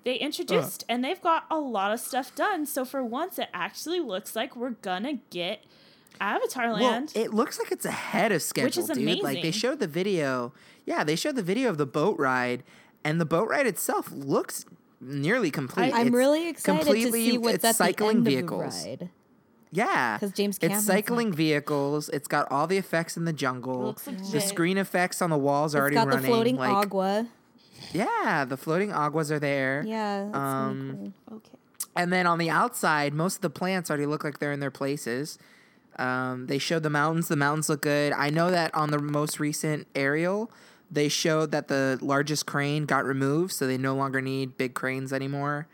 A: they introduced and they've got a lot of stuff done. So for once it actually looks like we're gonna get Avatar Land.
B: Well, it looks like it's ahead of schedule,
A: is
B: dude. Like they
A: amazing.
B: showed the video. Yeah, they showed the video of the boat ride, and the boat ride itself looks nearly complete.
C: I'm
B: It's
C: really excited to
B: completely-
C: see what's
B: it's
C: at
B: cycling
C: the end
B: vehicles.
C: of the ride.
B: Yeah,
C: 'Cause James
B: It's
C: Cameron's
B: cycling vehicles. It's got all the effects in the jungle.
A: looks legit.
B: the screen effects on the walls are already
C: It's got
B: running.
C: the floating
B: like,
C: agua.
B: Yeah, the floating aguas are there.
C: Yeah, that's really
B: um,
C: cool.
A: Okay.
B: And then on the outside, most of the plants already look like they're in their places. Um, they showed the mountains. The mountains look good. I know that on the most recent aerial, they showed that the largest crane got removed, so they no longer need big cranes anymore.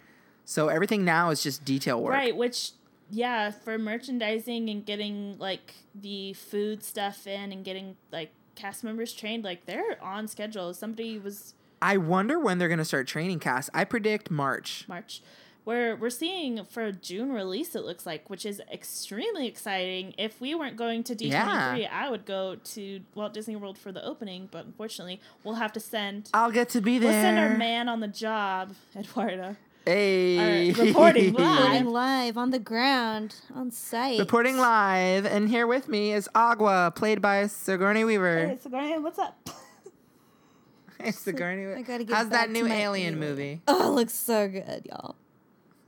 B: So everything now is just detail work.
A: Right, which yeah, for merchandising and getting like the food stuff in and getting like cast members trained, like they're on schedule. Somebody was
B: I wonder when they're gonna start training cast. I predict March.
A: March. We're we're seeing for a June release it looks like, which is extremely exciting. If we weren't going to D23, I would go to Walt Disney World for the opening, but unfortunately, we'll have to send
B: I'll get to be there.
A: we'll send our man on the job, Eduardo.
B: Hey,
A: Our reporting
C: Recording
A: live.
C: live on the ground on site.
B: Reporting live, and here with me is Agua, played by Sigourney Weaver.
A: Sigourney, what's up?
B: Hey, Sigourney Weaver.
C: I gotta get
B: How's
C: back
B: that
C: to
B: new
C: my
B: Alien
C: alien.
B: movie?
C: Oh, it looks so good, y'all.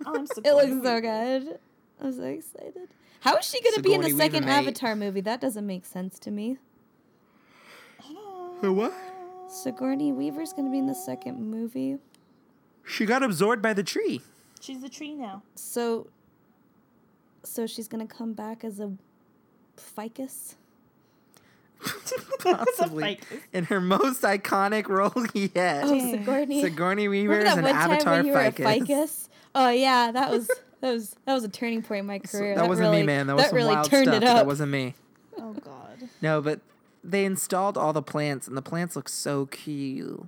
A: Oh, I'm
C: It looks so good. I'm so excited. How is she going to be in the
B: Sigourney Weaver,
C: second
B: mate.
C: Avatar movie? That doesn't make sense to me.
B: The what?
C: Sigourney Weaver's going to be in the second movie.
B: She got absorbed by the tree.
A: She's a tree now.
C: So so she's going to come back as a ficus?
B: Possibly.
A: ficus.
B: in her most iconic role yet.
C: Oh, Sigourney.
B: Sigourney Weaver
C: Remember
B: is
C: that
B: an
C: one
B: avatar
C: time when you
B: ficus.
C: were a ficus? Oh yeah, that was that was that was a turning point in my career.
B: That, wasn't
C: really,
B: me, man. That was some
C: really
B: wild
C: turned
B: stuff.
C: it
B: That
C: up.
B: wasn't me.
A: Oh God.
B: No, but they installed all the plants, and the plants look so cute.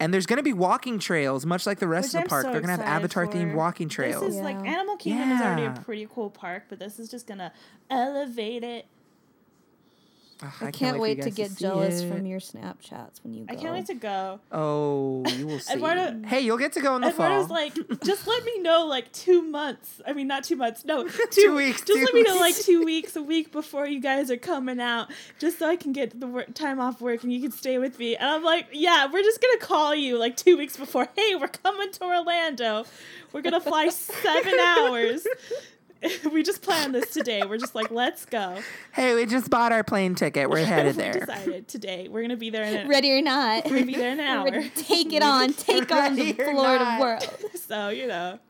B: And there's going to be walking trails, much like the rest
A: Which
B: of the
A: I'm
B: park.
A: so
B: They're going to have
A: excited
B: avatar themed
A: for.
B: walking
A: This
B: trails.
A: is like
C: Yeah.
A: Animal Kingdom is already a
B: Yeah.
A: pretty cool park, but this is just gonna elevate it.
B: Ugh,
C: I can't
B: for you
C: wait to
B: guys
C: get
B: see
C: jealous
B: it.
C: from your Snapchats when you go.
A: I can't wait to go.
B: Oh, you will see.
A: Eduardo-
B: hey, you'll get to go in the
A: Eduardo's
B: fall.
A: like, just let me know like two months. I mean, not two months. No, two,
B: weeks,
A: Just
B: two
A: let me know like
B: weeks.
A: two weeks, a week before you guys are coming out, just so I can get the work, time off work and you can stay with me. And I'm like, yeah, we're just gonna call you like two weeks before. Hey, we're coming to Orlando. We're gonna fly seven hours. we just planned this today. We're just like, let's go.
B: hey, we just bought our plane ticket. We're headed
A: We
B: there.
A: decided today we're gonna be there in an
C: Ready or not.
A: We're gonna be there in an hour.
C: Take it on. Take on the
B: Ready or
C: Florida
B: not.
C: world.
A: so you know,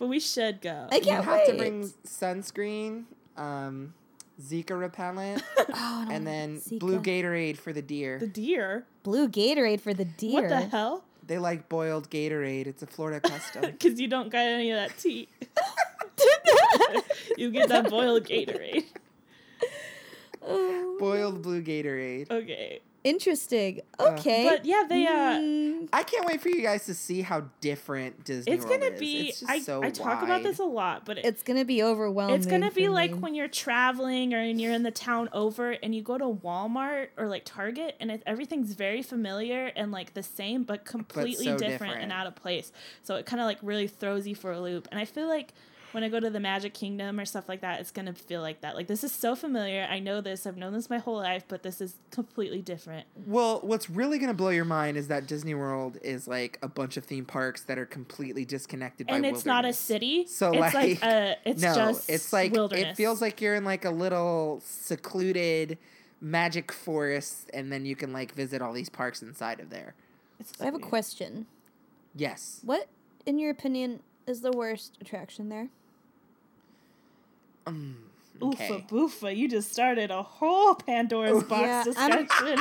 A: but we should go.
C: I
B: You
C: can't
B: have
C: wait.
B: to bring sunscreen, um, Zika repellent,
C: Oh, no.
B: and then blue
C: Zika.
B: Gatorade for the deer.
A: the deer.
C: blue Gatorade for the deer.
A: What the hell?
B: They like boiled Gatorade. It's a Florida custom.
A: Because you don't got any of that tea. you get that boiled Gatorade.
C: Oh,
B: boiled blue Gatorade.
A: Okay.
C: Interesting.
B: Uh,
C: Okay.
A: But yeah, they uh
C: Mm,
B: I can't wait for you guys to see how different Disney
A: it's
B: World
A: gonna
B: is.
A: be
B: It's just
A: I,
B: so
A: I talk about
B: wide.
A: this a lot, but it,
C: it's gonna be overwhelming.
A: it's gonna be
C: for
A: like
C: me.
A: when you're traveling or and you're in the town over and you go to Walmart or like Target and it, everything's very familiar and like the same but completely
B: so
A: different,
B: different.
A: and out of place. So it kind of like really throws you for a loop. And I feel like when I go to the Magic Kingdom or stuff like that, it's gonna feel like that. Like this is so familiar. I know this. I've known this my whole life, but this is completely different.
B: Well, what's really gonna blow your mind is that Disney World is like a bunch of theme parks that are completely disconnected.
A: and
B: by
A: it's not a
B: wilderness.
A: city.
B: So,
A: it's
B: like,
A: a, it's
B: no,
A: just
B: it's like
A: wilderness.
B: it feels like you're in like a little secluded magic forest, and then you can like visit all these parks inside of there.
A: It's-
C: I have a question.
B: Yes.
C: What, in your opinion, is the worst attraction there?
B: Um,
A: Oofa
B: okay.
A: boofa, you just started a whole Pandora's box
C: Oh, Yeah, I'm-
A: discussion.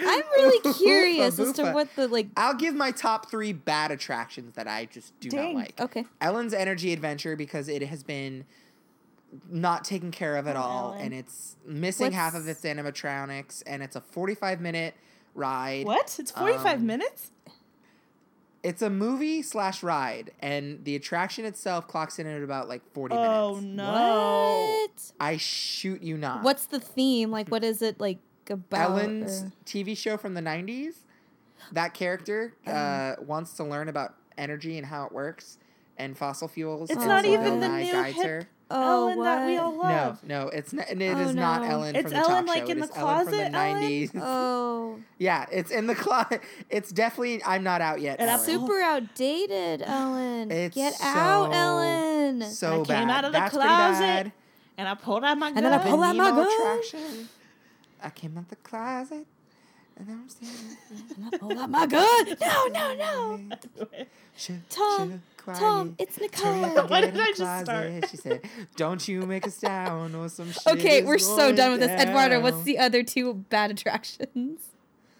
C: I'm really curious as to
B: Oofa-boofa.
C: what the like.
B: I'll give my top three bad attractions that I just do
A: Dang.
B: not like.
C: Okay.
B: Ellen's Energy Adventure because it has been not taken care of at
A: Oh,
B: all,
A: Ellen.
B: and it's missing half of
C: What's-
B: its animatronics, and it's a forty-five minute ride.
A: what? It's 45
B: Um,
A: minutes?
B: It's a movie slash ride, and the attraction itself clocks in at about like forty
A: Oh
B: minutes. Oh,
A: no.
C: What?
B: I shoot you not.
C: What's the theme? Like, what is it like about?
B: uh, Ellen's
C: or-
B: TV show from the 90s. That character
A: Oh.
B: uh, wants to learn about energy and how it works and fossil fuels.
A: It's
B: and
C: not
B: so
C: even
B: Bill
C: the
B: Nye
A: new
B: guides
A: hip-
B: her.
C: Oh,
A: Ellen that we
C: what?
A: all
B: No,
A: love.
B: no, it's not, it is
C: Oh,
B: not
C: no.
B: Ellen
A: It's
B: from the
A: Ellen,
B: talk
A: like,
B: show.
A: in
B: It
A: the
B: is Ellen from the
A: closet, Ellen?
B: 90s.
C: Oh,
B: Yeah, it's in the closet. It's definitely I'm not out yet.
A: And I'm
B: Ellen.
C: super outdated, Ellen.
B: It's
C: Get
B: so-
C: out, Ellen.
B: so
A: I came
B: bad.
A: out of the
B: That's pretty bad.
A: closet and I pulled out my gun.
C: And then I pulled out my
B: Nemo
C: gun.
B: traction. I came out the closet, and I'm standing.
C: Pull out oh, my gun. No, no,
A: Oh.
C: no.
B: Shut-
C: Tom,
B: shut- quiet.
C: Tom, it's
B: Turn
C: Nicole.
B: the
A: Why
B: gate in
A: did I
B: the
A: just start?
B: closet, She said, "Don't you make a sound or some shit."
C: Okay,
B: is
C: we're so
B: going
C: done with this. Eduardo, what's
B: down."
C: the other two bad attractions?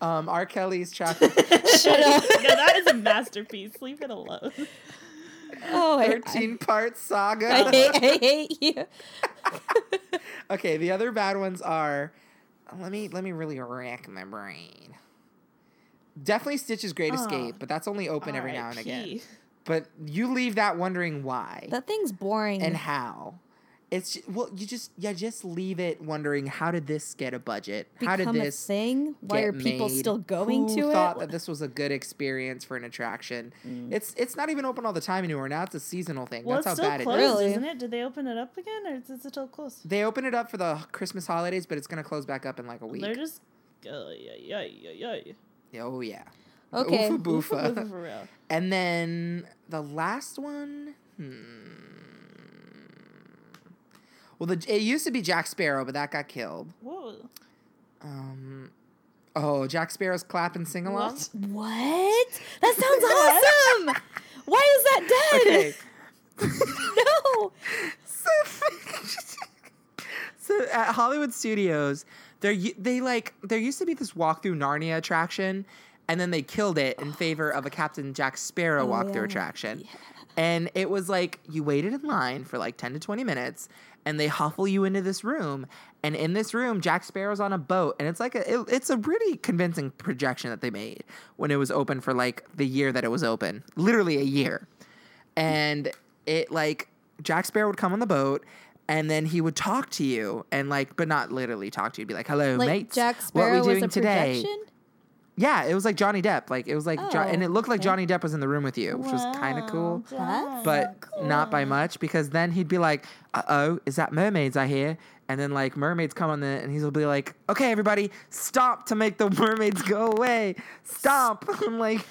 B: um R. Kelly's chocolate?
C: Shut up.
A: yeah, that is a masterpiece. Leave it alone.
C: Oh, I,
B: Thirteen part saga.
C: I, I hate, I hate you.
B: Okay, the other bad ones are. Let me let me really rack my brain. Definitely Stitch's Great
A: Ah.
B: Escape, but that's only open every now and again.
A: R.I.P..
B: But you leave that wondering why
C: That thing's boring.
B: and how. It's ju- well, you just yeah, just leave it wondering how did this get a budget? how did
C: Become a
B: this
C: thing? Why
B: get
C: are people
B: made?
C: still going
B: Who
C: to
B: thought
C: it?
B: that this was a good experience for an attraction? It's it's not even open all the time anymore. Now it's a seasonal thing.
A: Mm. Well,
B: That's how
A: it's still
B: bad
A: closed,
B: it is.
C: Really?
A: isn't it? Did they open it up again, or is it still closed?
B: They open it up for the Christmas holidays, but it's gonna close back up in like a week.
A: They're just, uh, yeah, yeah, yeah, yeah.
B: Oh yeah.
C: Okay.
B: Oofa
A: Oofa
B: boofa.
A: boofa for real.
B: and then the last one. Hmm. Well, the, it used to be Jack Sparrow, but that got killed.
A: Whoa.
B: Um, oh, Jack Sparrow's clap and sing along.
A: What?
C: What? That sounds awesome. Why is that dead?
B: Okay.
C: No.
B: so, so at Hollywood Studios, there u- they like there used to be this walk through Narnia attraction, and then they killed it in favor of a Captain Jack Sparrow walk through
C: yeah.
B: attraction. And it was like you waited in line for like 10 to 20 minutes and they huffle you into this room. And in this room, Jack Sparrow's on a boat. And it's like, a, it- it's a pretty convincing projection that they made when it was open for like the year that it was open literally a year. And it like, Jack Sparrow would come on the boat and then he would talk to you and like, but not literally talk to you, He'd be like, hello,
C: Like
B: mates.
C: Jack
B: what
C: Sparrow
B: are we
C: was
B: doing
C: a
B: today?
C: projection.
B: Yeah, it was like Johnny Depp. Like, it was like, Jo-
C: Oh,
B: and it looked like
C: okay.
B: Johnny Depp was in the room with you, which was kind of
A: Wow,
B: cool
A: Jack.
B: but not by much because then he'd be like, "Uh oh, is that mermaids I hear?" And then like mermaids come on the, and he'll be like, "Okay, everybody, stop to make the mermaids go away. Stop!" I'm like,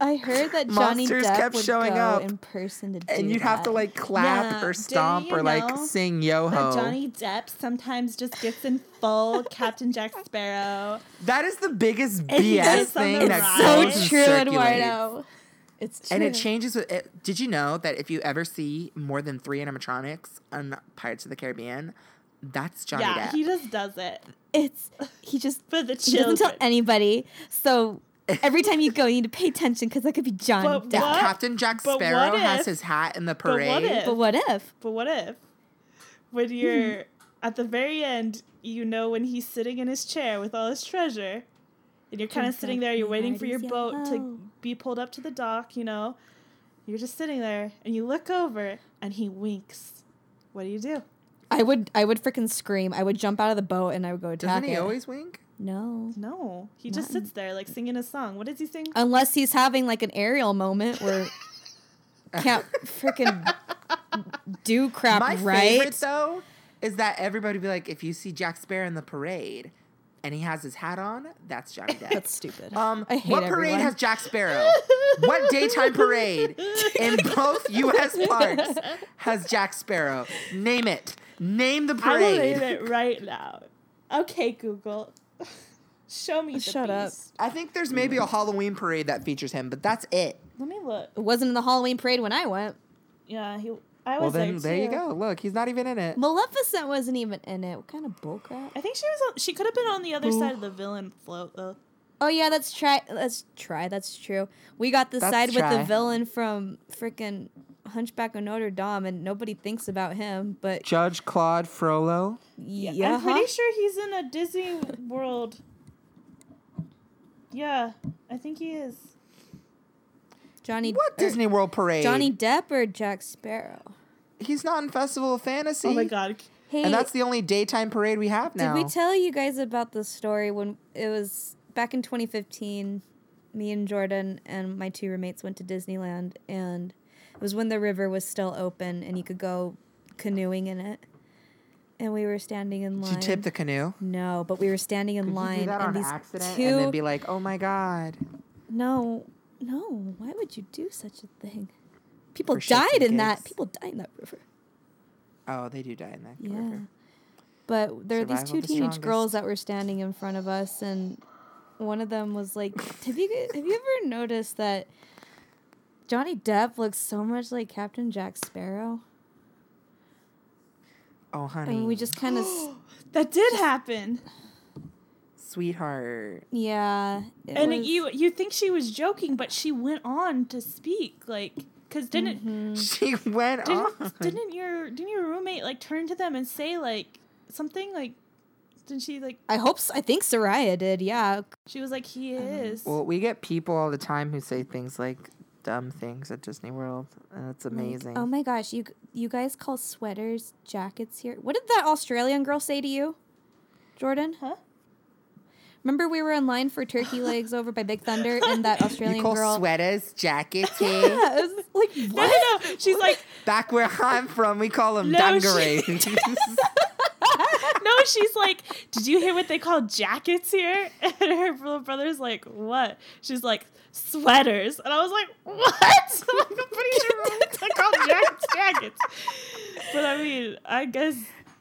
C: I heard that Johnny
B: Monsters
C: Depp
B: kept
C: would
B: showing
C: go
B: up,
C: in person to do
B: and you'd have to
C: that.
B: like clap
A: Yeah,
B: or
A: didn't
B: stomp
A: you
B: or like
A: know
B: sing yo
C: Oh.
A: That
B: ho.
A: Johnny Depp sometimes just gets in full Captain Jack Sparrow.
B: That is the biggest
A: he
B: BS
A: does on the
B: thing
A: ride.
B: that
C: so
B: goes and
C: true,
B: circulates.
C: Eduardo. It's true.
B: And it changes with it. Did you know that if you ever see more than three animatronics on Pirates of the Caribbean, that's Johnny
A: yeah,
B: Depp.
A: he just does it
C: It's he just
A: for the
C: he doesn't
A: children.
C: tell anybody. So every time you go, you need to pay attention because that could be Johnny
A: But
C: Depp.
A: what?
B: Captain Jack
A: But what
B: Sparrow has
A: if-
B: his hat in the
A: what
B: parade.
A: if-
C: But what if?
A: But what if,
C: Hmm.
A: when you're at the very end, you know when he's sitting in his chair with all his treasure, and you're kind of
C: Just
A: sitting
C: like
A: there,
C: the
A: you're waiting
C: night
A: for
C: is
A: your boat
C: yellow.
A: to be pulled up to the dock, you know? You're just sitting there, and you look over, and he winks. What do you do?
C: I would I would freaking scream. I would jump out of the boat and I would go attack
B: Doesn't he
C: it.
B: always wink?
C: no.
A: No, he just
C: Nothing.
A: sits there, like singing a song. What does he sing?
C: Unless he's having like an aerial moment where can't freaking do crap
B: My favorite
C: right.
B: though is that everybody be like, if you see Jack Sparrow in the parade and he has his hat on, that's Johnny Depp.
C: That's stupid.
B: um,
C: I hate
B: what parade
C: everyone.
B: has Jack Sparrow? what daytime parade in both U.S. parks has Jack Sparrow? Name it. Name the
A: I will
B: parade.
A: name it right now. Okay, Google, show me. The
C: Shut up.
A: beast.
B: I think there's maybe a Halloween parade that features him, but that's it.
A: Let me look.
C: It wasn't in the Halloween parade when I went.
A: Yeah, he. I
B: Well,
A: was
B: then there you
A: too.
B: go. Look, he's not even in it.
C: Maleficent wasn't even in it. What kind of bullcrap?
A: I think she was. On, she could have been on the other side of the villain float though.
C: Oh yeah, that's try. That's try. That's true. We got the
B: That's
C: side with
B: try.
C: the villain from freaking Hunchback of Notre Dame, and nobody thinks about him. But
B: Judge Claude Frollo.
C: yeah,
A: I'm pretty sure he's in a Disney World. Yeah, I think he is.
C: Johnny.
B: What
C: or
B: Disney World parade?
C: Johnny Depp or Jack Sparrow?
B: He's not in Festival of Fantasy.
A: Oh my god.
C: Hey,
B: And that's the only daytime parade we have
C: did
B: now.
C: we tell you guys about the story when it was back in 2015? Me and Jordan and my two roommates went to Disneyland, and it was when the river was still open, and you could go canoeing in it, and we were standing in
B: Did
C: line.
B: you tip the canoe?
C: No, but we were standing in
B: Did
C: line,
B: you do that
C: and
B: on
C: these
B: accident
C: two.
B: and then be like, oh my God.
C: no, no. Why would you do such a thing? People
B: For shits
C: died
B: and
C: in that.
B: gigs.
C: People died in that river.
B: Oh, they do die in that
C: Yeah.
B: river.
C: But there are these
B: Survival
C: two
B: of the
C: teenage girls
B: strongest.
C: that were standing in front of us, and one of them was like, "Have you gu- have you ever noticed that Johnny Depp looks so much like Captain Jack Sparrow?"
B: Oh, honey.
C: And we just kind of, s-
A: That did happen.
B: Sweetheart.
C: yeah. it
A: and
C: was-
A: you you think she was joking, but she went on to speak like because didn't
C: Mm-hmm.
B: She went
C: Oh.
B: on.
A: didn't didn't your didn't your roommate like turn to them and say like something like didn't she like
C: I hope s- I think Soraya did. Yeah.
A: she was like he
C: Um,
A: is
B: Well, we get people all the time who say things like dumb things at Disney World, and it's
C: Like,
B: amazing.
C: oh my gosh, you g- you guys call sweaters jackets here? What did that Australian girl say to you, Jordan?
A: Huh?
C: Remember we were in line for turkey legs over by Big Thunder, and that Australian
B: you call
C: girl.
B: sweaters jackets here?
C: yeah, it was like
A: no
C: what?
A: no no she's like
B: Back where I'm from, we call them
A: No, she-
B: dungarees.
A: no she's like did you hear what they call jackets here and her little brother's like what she's like sweaters and I was like what like, I'm pretty sure roommates are called jackets jackets but I mean I guess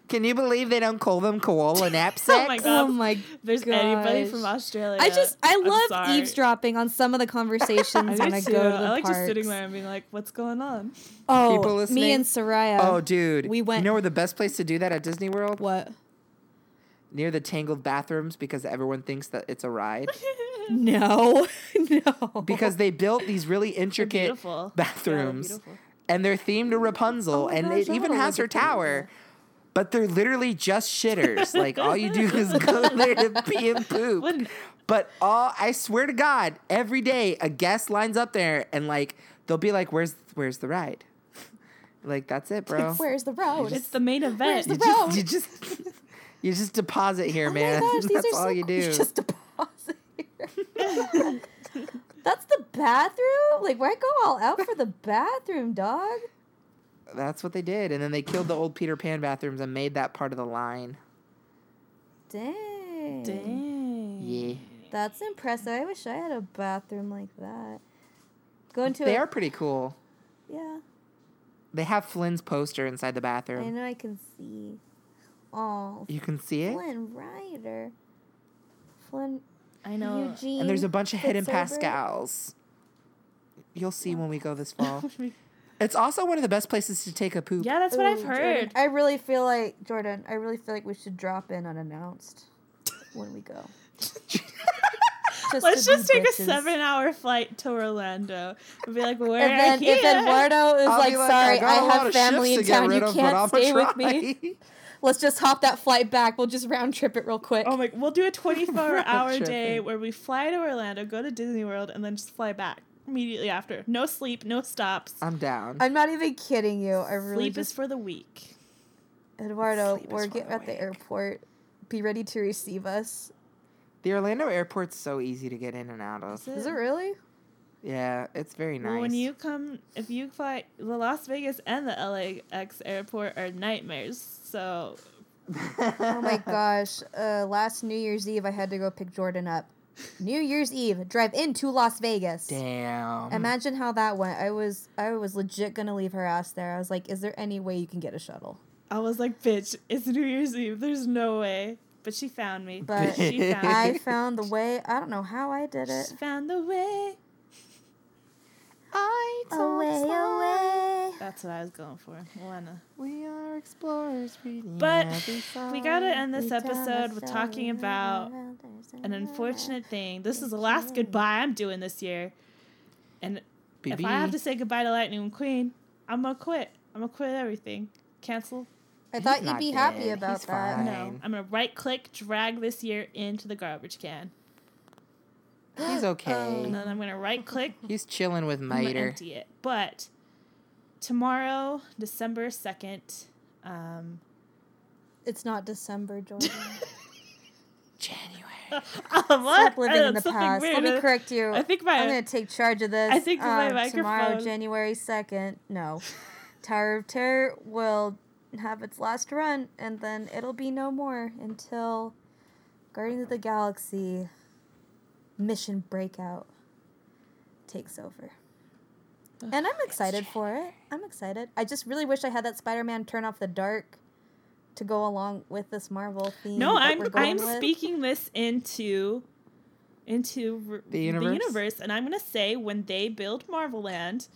B: Can you believe they don't call them koala knapsacks?
A: Oh my
C: Oh
A: God.
C: my
A: there's anybody
C: Gosh.
A: from Australia
C: I just I
A: I'm
C: love
A: sorry.
C: eavesdropping on some of the conversations when I
A: I, do
C: go to
A: too.
C: the
A: I like just sitting
C: parks.
A: there and being like, "What's going on?"
C: Oh,
B: People
C: me
B: listening?
C: and Soraya.
B: Oh, dude.
C: We
B: You
C: went-
B: know where the best place to do that at Disney World?
C: what?
B: Near the tangled bathrooms because everyone thinks that it's a ride.
C: No, no.
B: Because they built these really intricate
A: beautiful.
B: bathrooms. and they're themed to Rapunzel,
C: Oh my
B: and
C: gosh,
B: it
C: I
B: even
C: wanna
B: has
C: look
B: her
C: at these.
B: tower. But they're literally just shitters. like all you do is go there to pee and poop.
A: What an-
B: But all I swear to God, every day a guest lines up there and like they'll be like, "Where's where's the ride?" like that's it, bro.
C: Where's the road?
A: It's the main event.
C: the
B: you just you just you just deposit here, man.
C: Oh my gosh, these
B: that's
C: are
B: all
C: so
B: you
C: cool.
B: do.
C: just deposit. here. That's the bathroom. Like, why go all out for the bathroom, dog?
B: That's what they did, and then they killed the old Peter Pan bathrooms and made that part of the line.
C: Dang.
A: Dang.
B: Yeah,
C: That's impressive. I wish I had a bathroom like that. Go into
B: they
C: a,
B: are pretty cool.
C: Yeah,
B: They have Flynn's poster inside the
C: I
B: bathroom.
C: know I can see. Oh,
B: You can see it.
C: Flynn Rider. Flynn
A: I know.
C: Eugene.
B: And there's a bunch of hidden
C: Fitzherbert.
B: Pascals. You'll see when we go this fall. it's also one of the best places to take a poop.
A: Yeah, that's what I've
C: Ooh, Oh, Jordan,
A: heard.
C: I really feel like Jordan. I really feel like we should drop in unannounced when we go. Just
A: Let's
C: to be
A: just take a
C: bitches.
A: seven-hour flight to Orlando and be like, "We're
C: And then
A: here."
C: if Eduardo is
B: I'll
C: like,
B: be
C: "Sorry,
B: got
C: I,
B: a lot
C: have
B: of shifts
C: family
B: to
C: in
B: get
C: town.
B: rid
C: You
B: of, but I'll
C: can't stay with me.
B: try."
C: Let's just hop that flight back. We'll just round trip it real quick."
A: oh my, we'll do a twenty-four hour
B: Road
A: day
B: tripping.
A: where we fly to Orlando, go to Disney World, and then just fly back immediately after. No sleep, no stops.
B: I'm down.
C: I'm not even kidding you. I really
A: sleep
C: just
A: is for the weak.
C: Eduardo,
B: Sleep is
C: we're
B: for
C: getting
B: the
C: at the
B: weak.
C: airport. Be ready to receive us.
B: the Orlando airport's so easy to get in and out of.
A: Mm.
C: Is it really?
B: Yeah, it's very nice.
A: Well, when you come, if you fly, the Las Vegas and the LAX airport are nightmares. So
C: Oh my gosh. Uh, last New Year's Eve, I had to go pick Jordan up. New Year's Eve, drive into Las Vegas.
B: Damn.
C: Imagine how that went. I was I was legit gonna leave her ass there. I was like, is there any way you can get a shuttle?
A: I was like, bitch, it's New Year's Eve. There's no way. But she found me.
C: But
A: she found me.
C: I found the way. I don't know how I did it.
A: She found the way.
B: I
C: Away, away.
A: That's what I was going for. Moana.
B: We are explorers. reading
A: But
B: every
A: we gotta
B: sign.
A: end this episode with talking about an unfortunate thing. This is the last goodbye I'm doing this year. And if I have
B: BB.
A: to say goodbye to Lightning McQueen, I'm gonna quit. I'm gonna quit everything. Cancel.
C: I
B: He's
C: thought you'd
B: not
C: be happy
B: dead.
C: about
B: He's
C: that.
B: fine.
A: No. I'm gonna right click, drag this year into the garbage can.
B: he's okay.
A: And then I'm gonna right click,
B: he's chilling with
A: I'm gonna
B: Miter.
A: empty it. But tomorrow, December second, um,
C: It's not December, Jordan.
B: January.
A: what?
C: Stop living
A: Uh,
C: in the
A: something
C: past. Let
A: weird.
C: me correct you.
A: I think
C: I'm
A: my
C: gonna take charge of this.
A: I think my
C: um, tomorrow,
A: microphone-
C: January second. No, Tower of Terror will and have its last run, and then it'll be no more until Guardians of the Galaxy Mission Breakout takes over. and I'm excited for it. I'm excited. I just really wish I had that Spider Man turn off the dark to go along with this Marvel theme.
A: No,
C: that
A: I'm
C: we're going
A: I'm
C: with.
A: speaking this into into r-
B: The universe?
A: and I'm gonna say when they build Marvel Land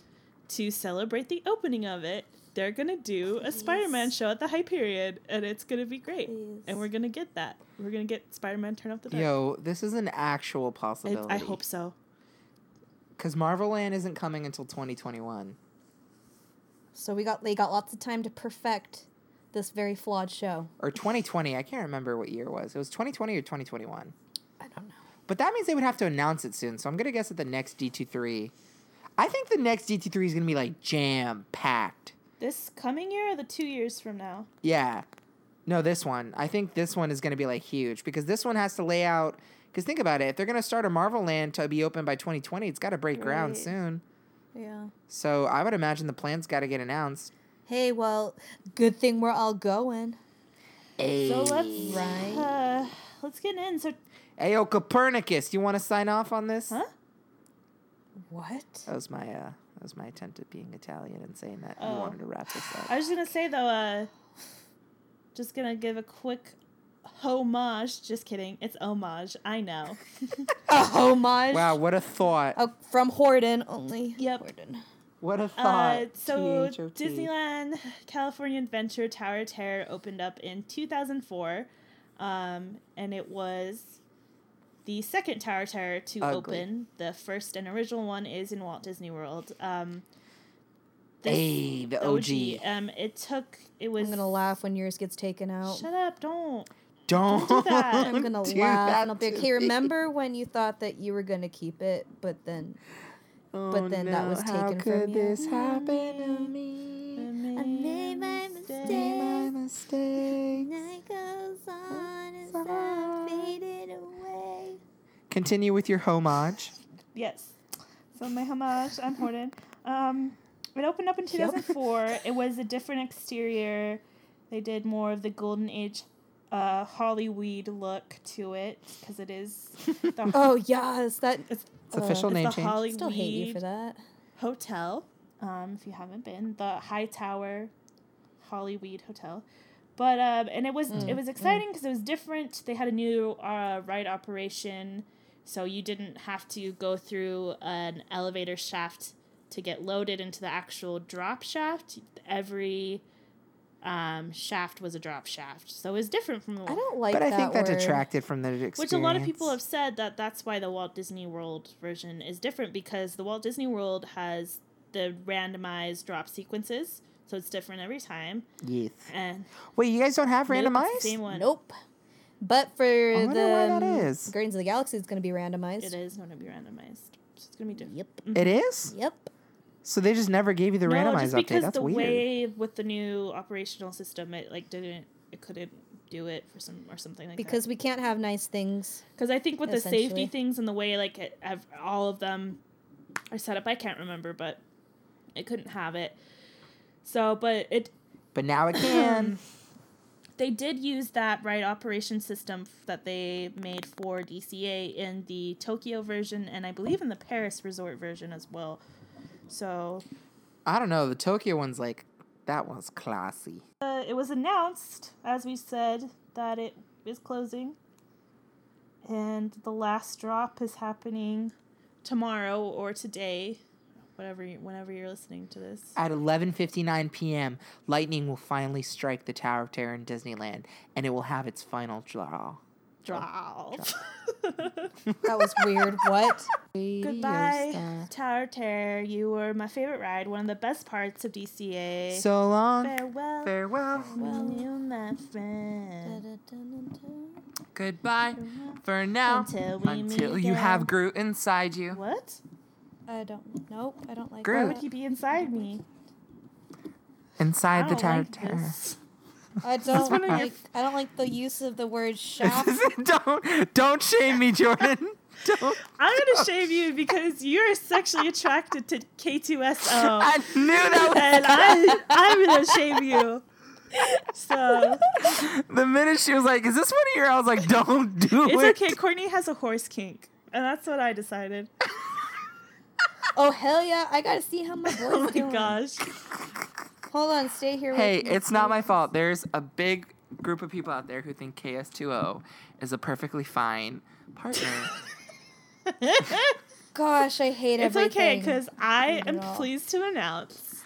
A: to celebrate the opening of it, they're gonna do a Spider-Man
C: Please.
A: show at the Hyperion, and it's gonna be great.
C: Please.
A: And we're gonna get that. We're gonna get Spider-Man turn off the dark.
B: Yo, this is an actual
A: It-
B: possibility.
A: I hope so.
B: Because Marvel Land isn't coming until 2021.
C: So we got they got lots of time to perfect this very flawed show.
B: Or 2020. I can't remember what year it was. It was 2020 or 2021.
C: I don't know.
B: But that means they would have to announce it soon. So I'm going to guess that the next D23. I think the next D23 is going to be like jam packed.
A: This coming year or the two years from now?
B: Yeah. No, this one. I think this one is going to be like huge because this one has to lay out. Because think about it. If they're going to start a Marvel Land to be open by 2020, it's got to break ground
A: Right.
B: soon.
C: Yeah.
B: So I would imagine the plan's got to get announced.
C: Hey, well, good thing we're all going.
A: So let's
C: Right.
A: uh, let's get in. So
B: Hey, yo, Copernicus, you want to sign off on this?
A: huh?
C: What?
B: That was my uh, that was my attempt at being Italian and saying that you
A: Oh.
B: wanted to wrap this up.
A: I was gonna say though, uh, just gonna give a quick homage. Just kidding. It's homage. I know.
C: A homage.
B: Wow, what a thought!
C: Oh, from Horden only.
A: Yep.
C: Horden.
B: What a
A: Uh,
B: thought!
A: so
B: T-H-O-T.
A: Disneyland California Adventure Tower of Terror opened up in 2004, um, and it was the second Tower of Terror to
B: Ugly.
A: open. The first and original one is in Walt Disney World. Um, this
B: Hey, the OG.
A: Um, it took. It
C: I'm
A: was.
C: gonna laugh when yours gets taken out.
A: Shut up! Don't.
B: Don't,
A: do that.
C: I'm gonna
B: do
C: laugh
B: that
C: and I'll be like,
B: to
C: "Hey,
B: me."
C: remember when you thought that you were gonna keep it, but then
B: Oh,
C: then that was
B: how
C: taken from
B: could
C: you.
B: this happen to me?
A: I
C: made my mistake.
B: My mistake.
C: night goes on as
B: Ah. I
C: faded away."
B: Continue with your homage.
A: Yes. So my homage, I'm Horden. Um, it opened up in
C: Yep.
A: 2004. It was a different exterior. They did more of the golden age uh, Hollywood look to it because it is the,
C: Oh yes, that.
A: it's,
C: Uh,
B: It's official
A: it's
B: name
A: the
B: change.
A: Hollywood
C: Still hate you for that.
A: Hotel. Um, if you haven't been, the High Tower Hollywood Hotel. But um, and it was
C: Mm,
A: it was exciting because it was different. They had a new uh, ride operation, so you didn't have to go through an elevator shaft to get loaded into the actual drop shaft. Every um, shaft was a drop shaft, so it was different from the.
C: I don't like
B: but I
C: that
B: think that
C: word.
B: detracted from the experience.
A: Which a lot of people have said that that's why the Walt Disney World version is different because the Walt Disney World has the randomized drop sequences, so it's different every time.
B: Yes.
A: And
B: Wait, you guys don't have
A: Nope, it's the
B: randomized?
A: same one.
C: Nope. But for
B: I
C: the
B: wonder why that
C: um,
B: is.
C: Guardians of the Galaxy, it's gonna be randomized.
A: It is Mm-hmm. going to be randomized. So it's going to be different.
C: Yep.
B: It is.
C: Yep.
B: So they just never gave you the
A: no,
B: randomized
A: just because
B: update. That's
A: the
B: weird.
A: way with the new operational system, it like didn't, it couldn't do it for some or something like that.
C: Because we can't have nice things.
A: Because I think with the
C: Essentially.
A: safety things and the way like it, ev- all of them are set up, I can't remember, but it couldn't have it. So, but it
B: But now it can.
A: they did use that right operation system f- that they made for DCA in the Tokyo version and I believe in the Paris resort version as well. So
B: I don't know. The Tokyo one's like that one's classy.
A: uh, it was announced, as we said, that it is closing, and the last drop is happening tomorrow or today, whatever you, whenever you're listening to this.
B: At 11:59 p.m., lightning will finally strike the Tower of Terror in Disneyland, and it will have its final draw.
A: Drop.
C: That was weird. what? uh,
A: Goodbye, Tower Terror. You were my favorite ride, one of the best parts of DCA.
B: So long.
A: Farewell,
B: Farewell.
A: well, you, my friend.
E: Goodbye for now.
A: Until we
E: Until
A: meet
E: you have
A: again.
E: Groot inside you.
A: What?
C: I don't. Nope. I don't like.
A: Why
B: Groot.
A: would he be inside me?
B: Inside
A: I
B: the
A: don't
B: Tower
A: like
B: of Terror.
A: this.
C: I don't
A: one of your-
C: like. I don't like the use of the word shaft.
B: don't don't shame me, Jordan. don't.
A: I'm gonna shame you because you're sexually attracted to K2SO,
B: I knew that was
A: and I I'm gonna shame you. So
B: The minute she was like, "Is this one of your?" I was like, "Don't do
A: it's
B: it."
A: okay. Courtney has a horse kink, and that's what I decided.
C: Oh hell yeah! I gotta see how my boy's
A: Oh my
C: doing.
A: gosh.
C: Hold on, stay here.
B: Hey,
C: with me.
B: it's not my fault. There's a big group of people out there who think KS2O is a perfectly fine partner.
C: Gosh, I hate
A: It's okay
C: everything.
A: because I am
C: No.
A: pleased to announce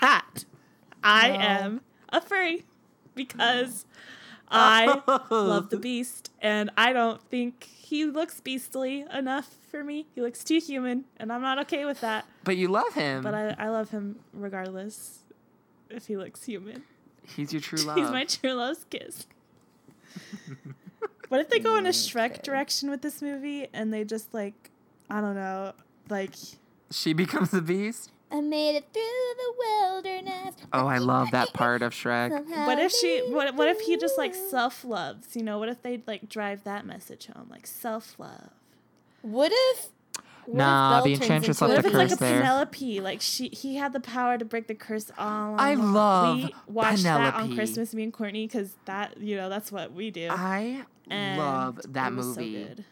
A: that I
C: No.
A: am a furry because
B: Oh.
A: I love the
B: Uh-huh.
A: beast and I don't think he looks beastly enough for me. He looks too human and I'm not okay with that.
B: But you love him.
A: But I, I love him regardless if he looks human.
B: He's your true love.
A: He's my true love's kiss. what if they go in a Shrek
C: Okay.
A: direction with this movie and they just like, I don't know, like
B: she becomes the beast.
C: I made it through the wilderness.
B: Oh, I love that part of Shrek.
C: Somehow
A: what if she what what if he just like
C: made it
A: self loves you know what if they like drive that message home like self love
C: through. What if? what if
B: Nah,
C: Belle
B: the
C: turns
B: Enchantress
C: into
B: left
A: what
B: the
A: if it's
B: curse
A: like a
B: there.
A: Penelope like she he had the power to break the curse all
B: I
A: along.
B: love
A: we watched that on
B: Penelope.
A: Christmas me and Courtney because that you know that's what we do
B: I
A: and
B: love that
A: it was so
B: movie.
A: good.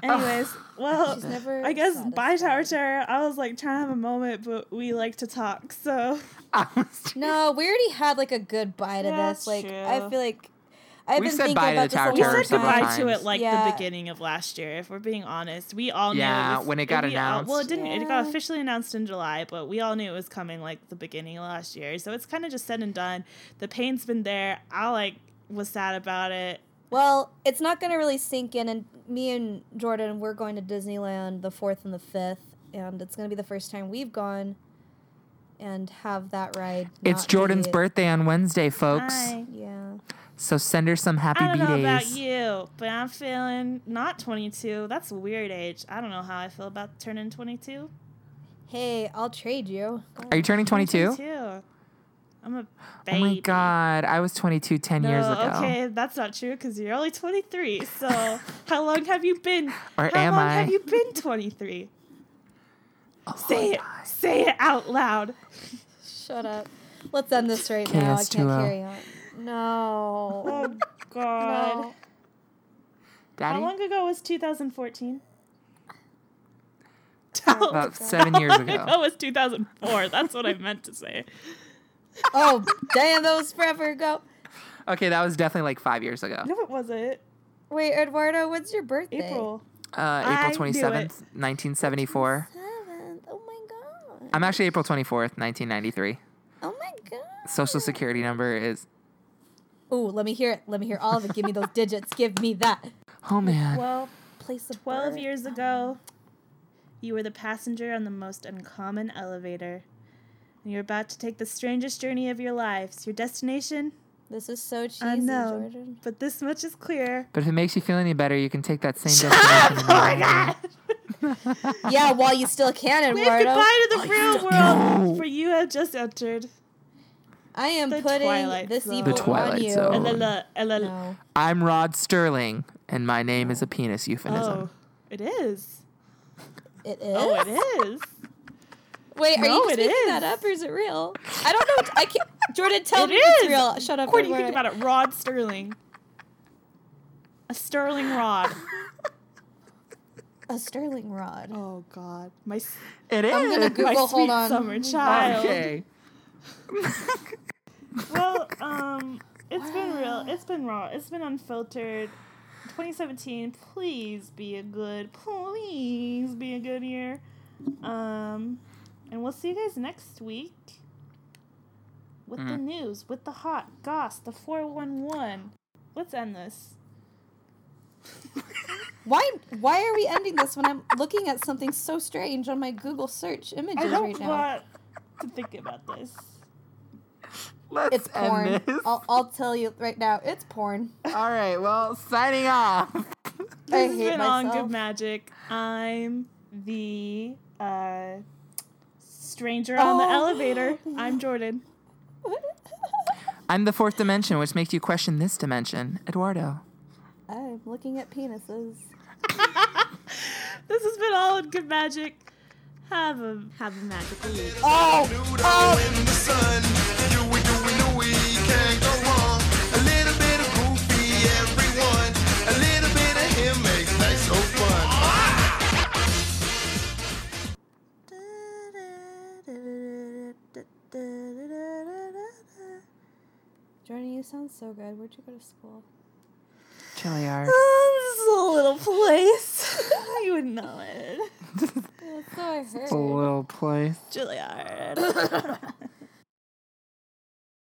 A: Anyways, well,
C: She's never
A: I guess by Tower
C: satisfied.
A: Terror, I was like trying to have a moment, but we like to talk, so
B: I was-
C: No, we already had like a good bye to
A: That's
C: this. Like
A: true.
C: I feel like I've
B: We've
C: been
B: said
C: thinking
B: bye to
C: about
B: the
C: this
B: Tower
C: a
B: of
A: we
B: Terror
C: long
A: said
B: several
A: goodbye
C: time.
A: to it
B: times.
A: like
C: Yeah.
A: the beginning of last year. If we're being honest, we all knew.
B: Yeah,
A: it was-
B: when it got
A: we all- well, it
B: announced.
A: didn't. It got
C: Yeah.
A: officially announced in July, but we all knew it was coming like the beginning of last year. So it's kind of just said and done. The pain's been there. I like was sad about it.
C: Well, it's not going to really sink in, and me and Jordan, we're going to Disneyland the fourth and the fifth, and it's going to be the first time we've gone and have that ride.
B: It's
C: not
B: Jordan's
C: be-
B: birthday on Wednesday, folks.
A: Hi.
C: Yeah.
B: So send her some happy
A: I don't
B: b
A: know about
B: days.
A: you, but I'm feeling not 22. That's a weird age. I don't know how I feel about turning 22.
C: Hey, I'll trade you.
B: Are you turning 22?
A: 22. I'm a baby.
B: Oh my god, I was 22 10
A: No,
B: years ago.
A: okay, that's not true because you're only 23. So how long have you been?
B: Or
A: how
B: am
A: long
B: I?
A: have you been 23?
B: Oh
A: Say
B: my
A: it.
B: God.
A: Say it out loud.
C: Shut up. Let's end this right now. I can't
B: KS2O.
C: carry on. No.
A: Oh God.
C: No.
A: How
B: Daddy?
A: long ago was 2014? Oh,
B: About 7 years
A: That
B: ago.
A: was 2004. That's what I meant to say.
C: Oh, damn, that was forever ago.
B: Okay, that was definitely like 5 years ago.
A: No, it wasn't.
C: Wait, Eduardo, when's your birthday?
A: April.
B: Uh,
A: I
B: April
A: knew
B: 27th, 1974.
C: 7th. Oh my god.
B: I'm actually April 24th, 1993.
C: Oh my god.
B: Social security number is
C: Ooh, let me hear it. Let me hear all of it. Give me those digits. Give me that.
B: Oh man.
A: Well,
C: Place of
A: 12
C: birth.
A: years ago, you were the passenger on the most uncommon elevator. And you're about to take the strangest journey of your lives. Your destination?
C: This is so cheesy,
A: Unknown.
C: Jordan.
A: But this much is clear.
B: But if it makes you feel any better, you can take that same destination.
A: Oh my god!
C: Yeah, while you still can,
A: Wave
C: Eduardo. Oh,
A: goodbye to the real world, for you have just entered.
C: I am
A: The
C: putting
A: Twilight
C: this
A: Zone.
C: evil
A: The
B: Twilight
C: on you.
B: Zone.
A: And then the, and then,
C: Oh. No.
B: I'm Rod Sterling and my name is a penis
A: oh,
B: euphemism.
A: it is.
C: It is.
A: Oh, it is.
C: Wait, are
A: No,
C: you just
A: it
C: making that
A: is.
C: up or is it real? I don't know. what- I can't. Jordan, tell
A: It
C: me if
A: is.
C: it's real. Shut up.
A: What do you
C: Eduardo.
A: think about it? Rod Sterling. A sterling rod.
C: A sterling rod.
A: Oh God, my s-
B: It is.
C: I'm gonna
A: my
C: Google.
A: sweet
C: Hold on. Oh,
A: summer child.
B: Okay.
A: Well, um, it's been real. It's been raw. It's been unfiltered. 2017, please be a good, please be a good year. Um, and we'll see you guys next week with
C: Mm-hmm.
A: the news, with the hot goss, the 411. Let's end this.
C: Why? Why are we ending this when I'm looking at something so strange on my Google search images
A: I
C: right
A: don't
C: now?
A: want to think about this.
B: Let's
C: It's
B: end
C: porn.
B: this.
C: I'll, I'll tell you right now. It's porn.
B: All right. Well, signing off.
C: I
A: This has
C: hate
A: been
C: myself.
A: on Good Magic. I'm the uh, stranger on the
C: Oh.
A: elevator. I'm Jordan.
B: I'm the fourth dimension, which makes you question this dimension, Eduardo.
C: I'm looking at penises.
A: This has been all on Good Magic. Have a have a magical week.
C: Oh,
D: Noodle in the sun. You were doing the we can't go wrong. A little bit of goofy, everyone. A little bit of him makes life so fun.
C: Jordan, you sound so good. Where'd you go to school?
B: Chilliard.
A: this is a little place. you would know it.
C: That's so I heard.
B: little place.
A: Juilliard.